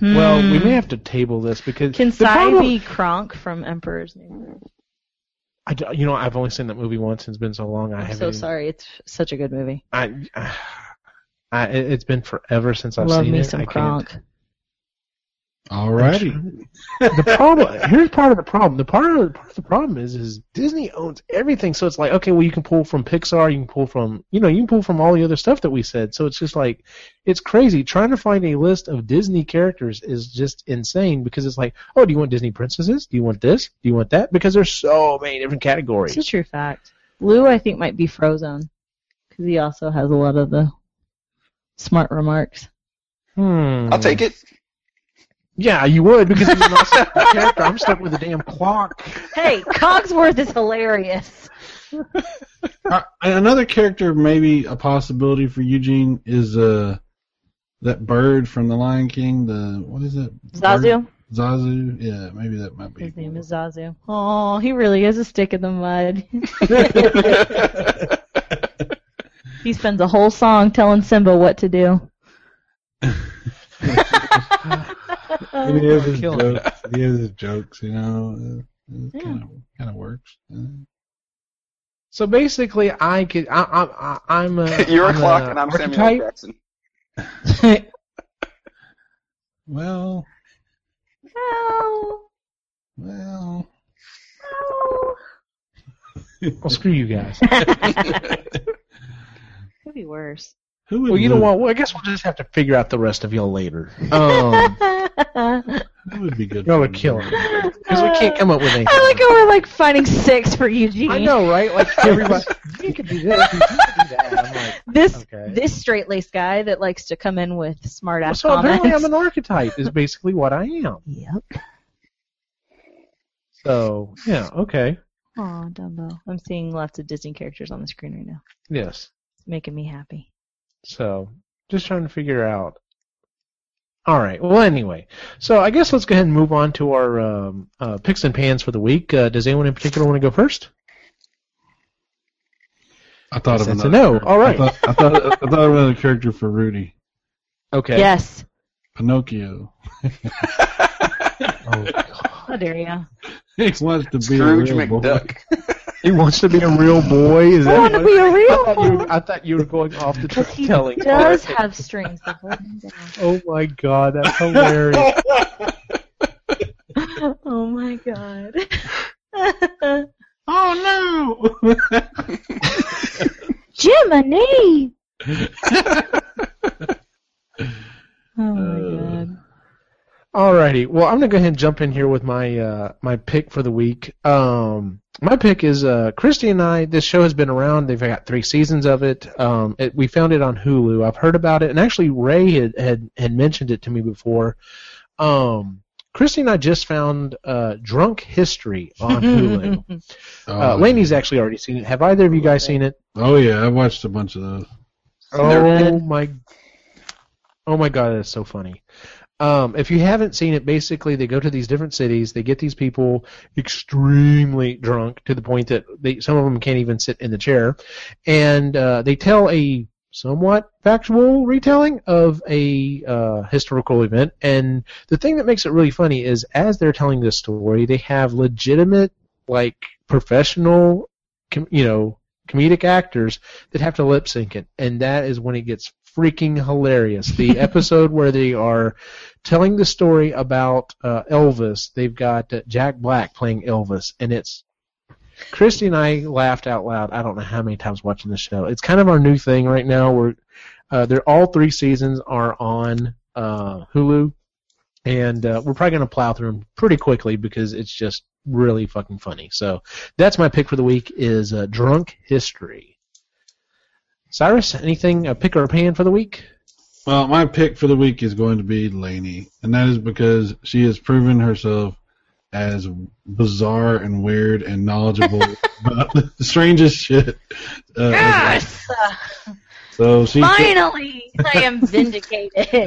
Speaker 1: Well, we may
Speaker 3: Hmm.
Speaker 1: have to table this because
Speaker 3: Can
Speaker 1: the problem-
Speaker 3: Sai be Kronk from Emperor's New Groove?
Speaker 1: I d- you know, I've only seen that movie once. and It's been so long. I
Speaker 3: I'm
Speaker 1: haven't.
Speaker 3: so
Speaker 1: even-
Speaker 3: sorry. It's such a good movie.
Speaker 1: I, I, I, it- it's been forever since I've
Speaker 3: Love
Speaker 1: seen
Speaker 3: me
Speaker 1: it.
Speaker 3: some
Speaker 1: I can't-
Speaker 3: Kronk.
Speaker 4: Alrighty.
Speaker 1: the problem here's part of the problem. The part of, part of the problem is is Disney owns everything, so it's like okay, well you can pull from Pixar, you can pull from you know you can pull from all the other stuff that we said. So it's just like it's crazy trying to find a list of Disney characters is just insane because it's like oh, do you want Disney princesses? Do you want this? Do you want that? Because there's so many different
Speaker 3: It's a
Speaker 1: categories.
Speaker 3: true fact. Lou, I think, might be Frozone because he also has a lot of the smart remarks.
Speaker 1: Hmm.
Speaker 2: I'll take it.
Speaker 1: Yeah, you would because he's an awesome character. I'm stuck with a damn clock.
Speaker 3: Hey, Cogsworth is hilarious.
Speaker 4: Uh, another character, maybe a possibility for Eugene is uh, that bird from The Lion King. The what is it?
Speaker 3: Zazu.
Speaker 4: Zazu. Yeah, maybe that might be.
Speaker 3: His name is Zazu. Oh, he really is a stick in the mud. he spends a whole song telling Simba what to do.
Speaker 4: And he has his
Speaker 1: Kill him.
Speaker 4: jokes. He has his jokes. You know, it kind of kind of works. Uh,
Speaker 1: So basically, I could I, I, I I'm a
Speaker 2: You're
Speaker 1: I'm
Speaker 2: a clock, and I'm
Speaker 1: archetype.
Speaker 2: Samuel L. Jackson.
Speaker 4: Well,
Speaker 3: Ow.
Speaker 4: well.
Speaker 3: Ow.
Speaker 1: Well, screw you guys.
Speaker 3: Could be worse.
Speaker 4: Who would
Speaker 1: Well, you know
Speaker 4: Lou-
Speaker 1: what? Well, I guess we'll just have to figure out the rest of y'all later.
Speaker 3: Oh.
Speaker 1: Um,
Speaker 3: I
Speaker 4: Who would be good?
Speaker 1: y'all
Speaker 4: for
Speaker 1: are
Speaker 4: Lou?
Speaker 1: killing because we can't come up with anything.
Speaker 3: like how we're like finding six for Eugene.
Speaker 1: I know, right? Like everybody, you could do this, you could do that. I'm like,
Speaker 3: This
Speaker 1: Okay.
Speaker 3: this straight laced guy that likes to come in with smart ass
Speaker 1: so
Speaker 3: comments.
Speaker 1: apparently, I'm an archetype. Is basically what I am.
Speaker 3: Yep.
Speaker 1: So yeah, okay,
Speaker 3: Aw, Dumbo. I'm seeing lots of Disney characters on the screen right now.
Speaker 1: yes.
Speaker 3: It's making me happy.
Speaker 1: So just trying to figure out. All right. Well, anyway, so I guess let's go ahead and move on to our um, uh, picks and pans for the week. Uh, does anyone in particular want to go first?
Speaker 4: I thought of
Speaker 1: That's a
Speaker 4: another.
Speaker 1: no. All
Speaker 4: I
Speaker 1: right.
Speaker 4: thought, I thought I thought of another character for Rudy.
Speaker 1: Okay.
Speaker 3: Yes.
Speaker 4: Pinocchio.
Speaker 1: Oh, God.
Speaker 3: How dare you?
Speaker 4: He wants to be
Speaker 2: Scrooge
Speaker 4: a real boy.
Speaker 2: McDuck.
Speaker 1: He wants to be a real boy. Is
Speaker 3: I
Speaker 1: that
Speaker 3: want to
Speaker 1: what-
Speaker 3: be
Speaker 1: I thought you
Speaker 3: a real
Speaker 1: were- I thought you were going off the
Speaker 3: because
Speaker 1: track
Speaker 3: he
Speaker 1: telling.
Speaker 3: does
Speaker 1: part.
Speaker 3: have strings that hold him down.
Speaker 1: Oh my god, that's hilarious.
Speaker 3: Oh my god.
Speaker 4: Oh no!
Speaker 3: Jiminy! oh my
Speaker 4: Uh.
Speaker 3: god.
Speaker 1: Alrighty, well I'm gonna go ahead and jump in here with my uh, my pick for the week. Um, My pick is uh, Christy and I. This show has been around. They've got three seasons of it. Um, it. We found it on Hulu. I've heard about it, and actually Ray had had, had mentioned it to me before. Um, Christy and I just found uh, Drunk History on Hulu.
Speaker 3: Oh.
Speaker 1: uh, Laney's actually already seen it. Have either of you guys seen it?
Speaker 4: Oh yeah, I watched a bunch of those.
Speaker 1: Oh my! Oh my God, that's so funny. Um, if you haven't seen it, basically they go to these different cities. They get these people extremely drunk to the point that they, some of them can't even sit in the chair, and uh, they tell a somewhat factual retelling of a uh, historical event. And the thing that makes it really funny is, as they're telling this story, they have legitimate, like professional, com- you know, comedic actors that have to lip sync it, and that is when it gets freaking hilarious. The episode where they are telling the story about uh, Elvis, they've got uh, Jack Black playing Elvis, and it's Christy and I laughed out loud. I don't know how many times watching the show. It's kind of our new thing right now. We're uh, they're all three seasons are on uh, Hulu, and uh, we're probably gonna plow through them pretty quickly because it's just really fucking funny. So that's my pick for the week is uh, Drunk History. Cyrus, anything a pick or a pan for the week?
Speaker 4: Well, my pick for the week is going to be Lainey, and that is because she has proven herself as bizarre and weird and knowledgeable about the strangest shit. Uh, as-
Speaker 3: Yes! Uh,
Speaker 4: So she
Speaker 3: Finally, I am vindicated.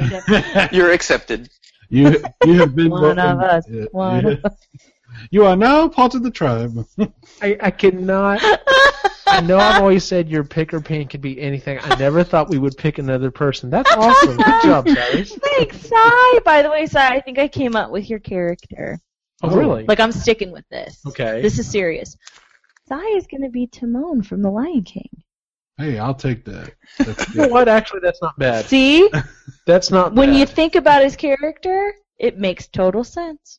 Speaker 2: You're accepted.
Speaker 4: you you have been
Speaker 3: One of
Speaker 4: welcomed.
Speaker 3: us,
Speaker 4: Yeah,
Speaker 3: one
Speaker 4: yeah.
Speaker 3: of us.
Speaker 4: You are now part of the tribe.
Speaker 1: I, I cannot. I know I've always said your pick or pan could be anything. I never thought we would pick another person. That's awesome. Good job, Cyrus.
Speaker 3: Thanks, Sai. By the way, Sai, I think I came up with your character.
Speaker 1: Oh, really?
Speaker 3: Like, I'm sticking with this.
Speaker 1: okay.
Speaker 3: This is serious. Sai is going to be Timon from The Lion King.
Speaker 4: hey, I'll take that. That's
Speaker 1: You know
Speaker 4: good.
Speaker 1: what? Actually, that's not bad.
Speaker 3: See?
Speaker 1: That's not
Speaker 3: When
Speaker 1: bad.
Speaker 3: you think about his character, it makes total sense.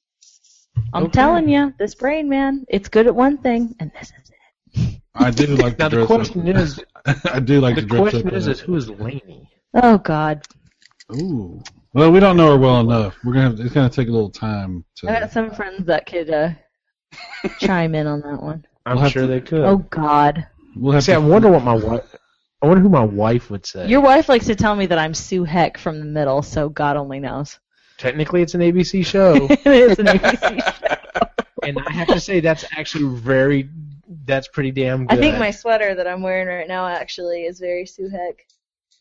Speaker 3: I'm
Speaker 1: Okay.
Speaker 3: telling you, this brain man, it's good at one thing, and this is it.
Speaker 4: I do like
Speaker 1: now
Speaker 4: to
Speaker 1: the
Speaker 4: dress
Speaker 1: question
Speaker 4: up.
Speaker 1: is,
Speaker 4: I do like
Speaker 1: the
Speaker 4: to dress
Speaker 1: question
Speaker 4: up.
Speaker 1: is,
Speaker 4: in
Speaker 1: is who is Laney?
Speaker 3: Oh, God.
Speaker 4: a- Ooh. Well, we don't know her well enough. We're gonna. Have, it's gonna take a little time to.
Speaker 3: I got some friends that could uh, chime in on that one.
Speaker 1: I'm
Speaker 4: We'll have
Speaker 1: sure
Speaker 4: to-
Speaker 1: they could.
Speaker 3: Oh, God.
Speaker 4: We'll have
Speaker 1: See,
Speaker 4: to
Speaker 1: I wonder what my wife. I wonder who my wife would say.
Speaker 3: Your wife likes to tell me that I'm Sue Heck from the middle, so God only knows.
Speaker 1: Technically, it's an ABC show.
Speaker 3: it is an ABC show.
Speaker 1: and I have to say that's actually very that's pretty damn
Speaker 3: I
Speaker 1: good.
Speaker 3: think my sweater that I'm wearing right now actually is very Sue Heck.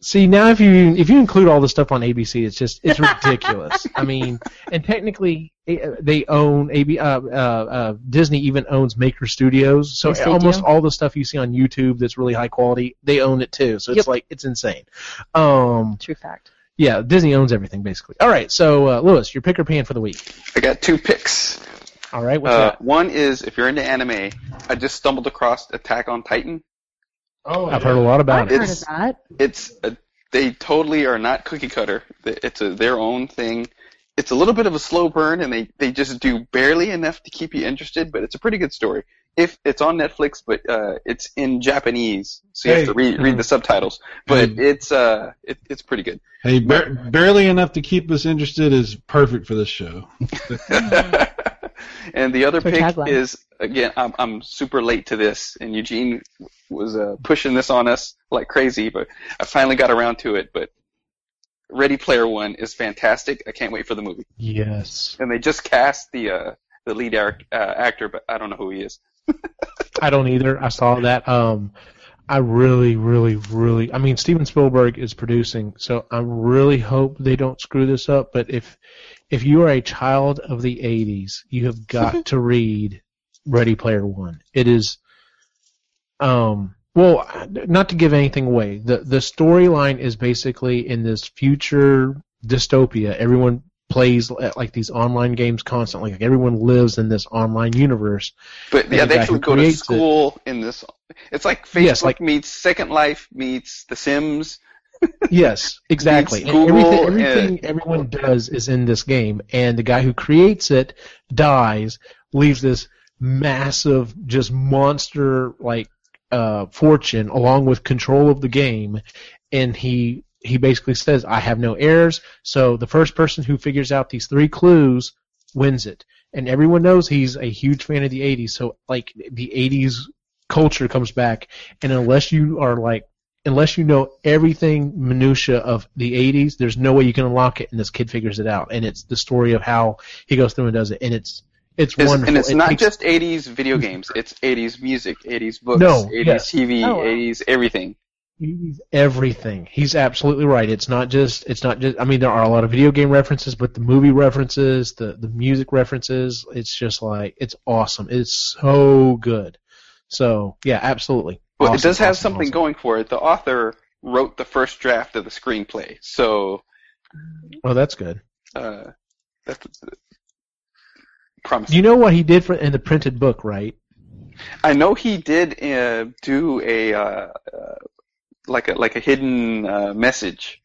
Speaker 1: see now if you if you include all the stuff on ABC, it's just it's ridiculous. I mean, and technically eh, they own AB uh, uh, uh, Disney even owns Maker Studios, so
Speaker 3: Yes, they
Speaker 1: almost
Speaker 3: do.
Speaker 1: all the stuff you see on YouTube that's really high quality, they own it too. So it's
Speaker 3: Yep.
Speaker 1: like it's insane. Um,
Speaker 3: True fact.
Speaker 1: yeah, Disney owns everything basically. All right, so uh, Lewis, your pick or pan for the week.
Speaker 2: I got two picks.
Speaker 1: All right, what's
Speaker 2: Uh,
Speaker 1: that?
Speaker 2: one is if you're into anime, I just stumbled across Attack on Titan.
Speaker 4: Oh,
Speaker 1: I've heard a lot about
Speaker 3: I've
Speaker 1: it.
Speaker 3: heard of
Speaker 2: It's-
Speaker 3: that.
Speaker 2: It's a, they totally are not cookie cutter. It's a, their own thing. It's a little bit of a slow burn, and they, they just do barely enough to keep you interested. But it's a pretty good story. If it's on Netflix, but uh, it's in Japanese, so you
Speaker 4: Hey.
Speaker 2: have to read read the subtitles. But it's uh it, it's pretty good.
Speaker 4: Hey, bar- barely enough to keep us interested is perfect for this show.
Speaker 2: Mm-hmm. and the other
Speaker 3: That's our
Speaker 2: pick
Speaker 3: tagline.
Speaker 2: is again, I'm, I'm super late to this, and Eugene was uh, pushing this on us like crazy, but I finally got around to it. But Ready Player One is fantastic. I can't wait for the movie.
Speaker 1: Yes,
Speaker 2: And they just cast the uh, the lead act, uh, actor, but I don't know who he is.
Speaker 1: I don't either. I saw that. Um, I really, really, really. I mean, Steven Spielberg is producing, so I really hope they don't screw this up. But if if you are a child of the '80s, you have got to read Ready Player One. It is, um, well, not to give anything away. the The storyline is basically in this future dystopia. Everyone plays at, like these online games constantly. Like everyone lives in this online universe.
Speaker 2: But
Speaker 1: And
Speaker 2: yeah,
Speaker 1: the
Speaker 2: they
Speaker 1: guy
Speaker 2: actually
Speaker 1: who
Speaker 2: go to
Speaker 1: creates it.
Speaker 2: school in this. It's like Facebook
Speaker 1: Yes, like-
Speaker 2: meets Second Life meets The Sims.
Speaker 1: Yes, exactly.
Speaker 2: It's
Speaker 1: And everything
Speaker 2: Google
Speaker 1: everything everyone does is in this game, and the guy who creates it dies, leaves this massive, just monster like uh, fortune along with control of the game, and he he basically says, "I have no heirs." So the first person who figures out these three clues wins it. and everyone knows he's a huge fan of the 80s so like the 80s culture comes back and unless you are like unless you know everything minutia of the 80s there's no way you can unlock it and this kid figures it out and it's the story of how he goes through and does it and it's it's,
Speaker 2: It's-
Speaker 1: wonderful
Speaker 2: and it's
Speaker 1: It
Speaker 2: not
Speaker 1: takes-
Speaker 2: just 80s video games. It's 80s music, 80s books,
Speaker 1: No,
Speaker 2: 80s
Speaker 1: yes.
Speaker 2: TV,
Speaker 3: Oh, wow.
Speaker 2: 80s everything.
Speaker 1: He's everything. He's absolutely right. It's not just. It's not just. I mean, there are a lot of video game references, but the movie references, the the music references. It's just like it's awesome. It's so good. So yeah, absolutely.
Speaker 2: But it
Speaker 1: Awesome,
Speaker 2: does have
Speaker 1: awesome,
Speaker 2: something
Speaker 1: awesome.
Speaker 2: going for it. The author wrote the first draft of the screenplay, so
Speaker 1: Oh, that's good.
Speaker 2: uh, that's promising.
Speaker 1: You know what he did for in the printed book, right?
Speaker 2: I know he did uh, do a uh, uh, like a like a hidden uh, message.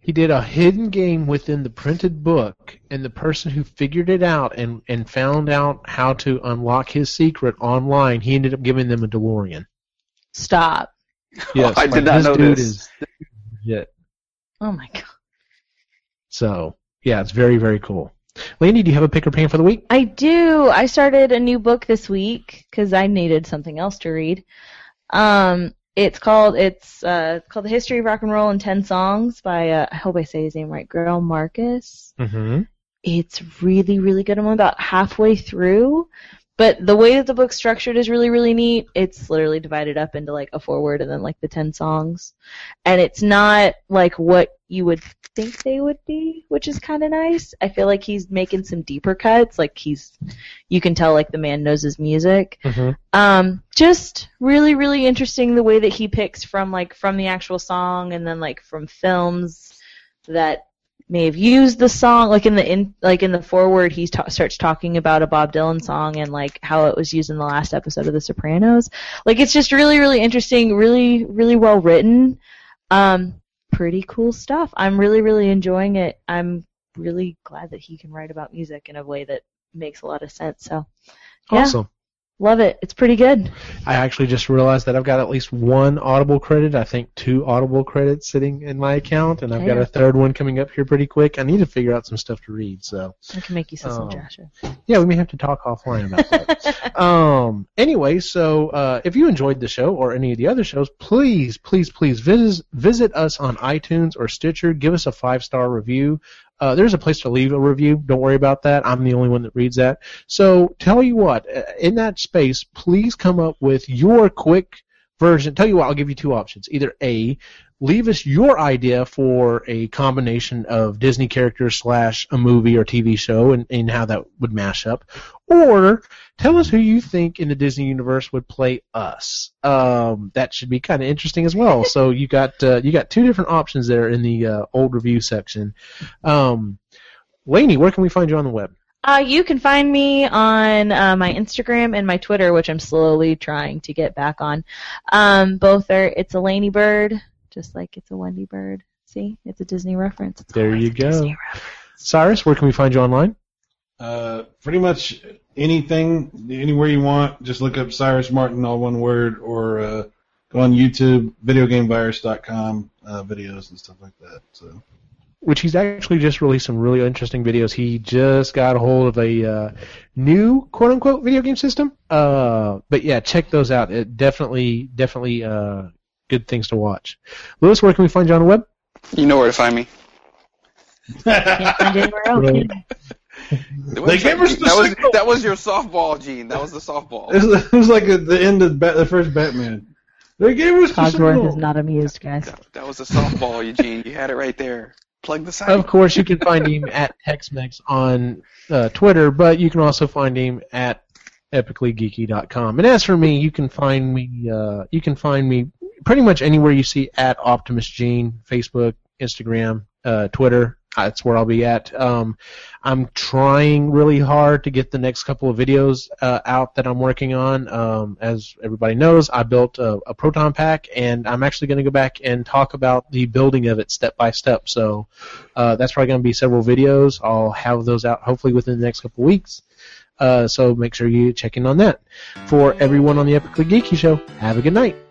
Speaker 1: He did a hidden game within the printed book, and the person who figured it out and and found out how to unlock his secret online, he ended up giving them a DeLorean.
Speaker 3: Stop.
Speaker 1: Yes,
Speaker 2: I did not know
Speaker 1: dude
Speaker 2: this.
Speaker 1: Is, this dude is legit.
Speaker 3: Oh my god.
Speaker 1: So yeah, it's very very cool. Landy, do you have a pick or pan for the week?
Speaker 3: I do. I started a new book this week because I needed something else to read. Um, it's called it's uh it's called The History of Rock and Roll in Ten Songs by uh, I hope I say his name right, Girl Marcus.
Speaker 1: Mm-hmm.
Speaker 3: it's really really good i'm about halfway through but the way that the book's structured is really really neat it's literally divided up into like a foreword and then like the 10 songs and it's not like what you would think they would be which is kind of nice i feel like he's making some deeper cuts like he's you can tell like the man knows his music
Speaker 1: Mm-hmm.
Speaker 3: um, just really, really interesting the way that he picks from like from the actual song and then like from films that may have used the song. Like in the in like in the foreword, he ta- starts talking about a Bob Dylan song and like how it was used in the last episode of The Sopranos. Like it's just really, really interesting, really, really well written. Um, pretty cool stuff. I'm really, really enjoying it. I'm really glad that he can write about music in a way that makes a lot of sense. So. Yeah.
Speaker 1: Awesome.
Speaker 3: Love it. It's pretty good.
Speaker 1: I actually just realized that I've got at least one Audible credit. I think two Audible credits sitting in my account, and I've got
Speaker 3: Yeah.
Speaker 1: a third one coming up here pretty quick. I need to figure out some stuff to read. So
Speaker 3: I can make you say
Speaker 1: Oh.
Speaker 3: some Joshua.
Speaker 1: yeah, we may have to talk offline about that. um anyway so uh, if you enjoyed the show or any of the other shows please please please visit visit us on itunes or stitcher give us a five star review uh, there's a place to leave a review don't worry about that i'm the only one that reads that so tell you what uh, in that space please come up with your quick version tell you what i'll give you two options either a leave us your idea for a combination of disney characters slash a movie or tv show and, and how that would mash up or tell us who you think in the Disney universe would play us. Um, that should be kind of interesting as well. so you got uh, you got two different options there in the uh, old review section. Um, Lainey, where can we find you on the web?
Speaker 3: Uh, you can find me on uh, my Instagram and my Twitter, which I'm slowly trying to get back on. Um, both are it's a Laney bird, just like it's a Wendy bird. See, it's a Disney reference. It's
Speaker 1: There
Speaker 3: always
Speaker 1: you
Speaker 3: a
Speaker 1: go.
Speaker 3: Disney reference.
Speaker 1: Cyrus, where can we find you online?
Speaker 4: Uh, pretty much anything, anywhere you want. Just look up Cyrus Martin, all one word, or uh, go on YouTube, videogamevirus.com, uh, videos and stuff like that. So
Speaker 1: Which he's actually just released some really interesting videos. He just got a hold of a uh, new quote unquote video game system. Uh, but yeah, check those out. It definitely, definitely uh, good things to watch. Lewis, where can we find you on the web?
Speaker 2: You know where to find me.
Speaker 3: Can't find anywhere else.
Speaker 1: Right.
Speaker 3: can I?
Speaker 2: That
Speaker 4: They
Speaker 2: was-
Speaker 4: gave us the
Speaker 2: that was
Speaker 4: signal.
Speaker 2: that was your softball, Gene. That was the softball.
Speaker 4: it's, it's like at the end of Bat, the first Batman. They gave us the
Speaker 3: Cogsworth
Speaker 4: signal.
Speaker 3: is not amused, guys.
Speaker 2: That, that was the softball, Eugene. You had it right there. Plug the site.
Speaker 1: Of course, you can find him at TexMex on uh, Twitter, but you can also find him at epicallygeeky.com. And as for me, you can find me uh, you can find me pretty much anywhere you see at Optimus Gene, Facebook, Instagram, uh, Twitter. That's where I'll be at. Um, I'm trying really hard to get the next couple of videos uh, out that I'm working on. Um, as everybody knows, I built a, a proton pack, and I'm actually going to go back and talk about the building of it step by step. So uh, that's probably going to be several videos. I'll have those out hopefully within the next couple weeks. Uh, so make sure you check in on that. For everyone on the Epically Geeky Show, have a good night.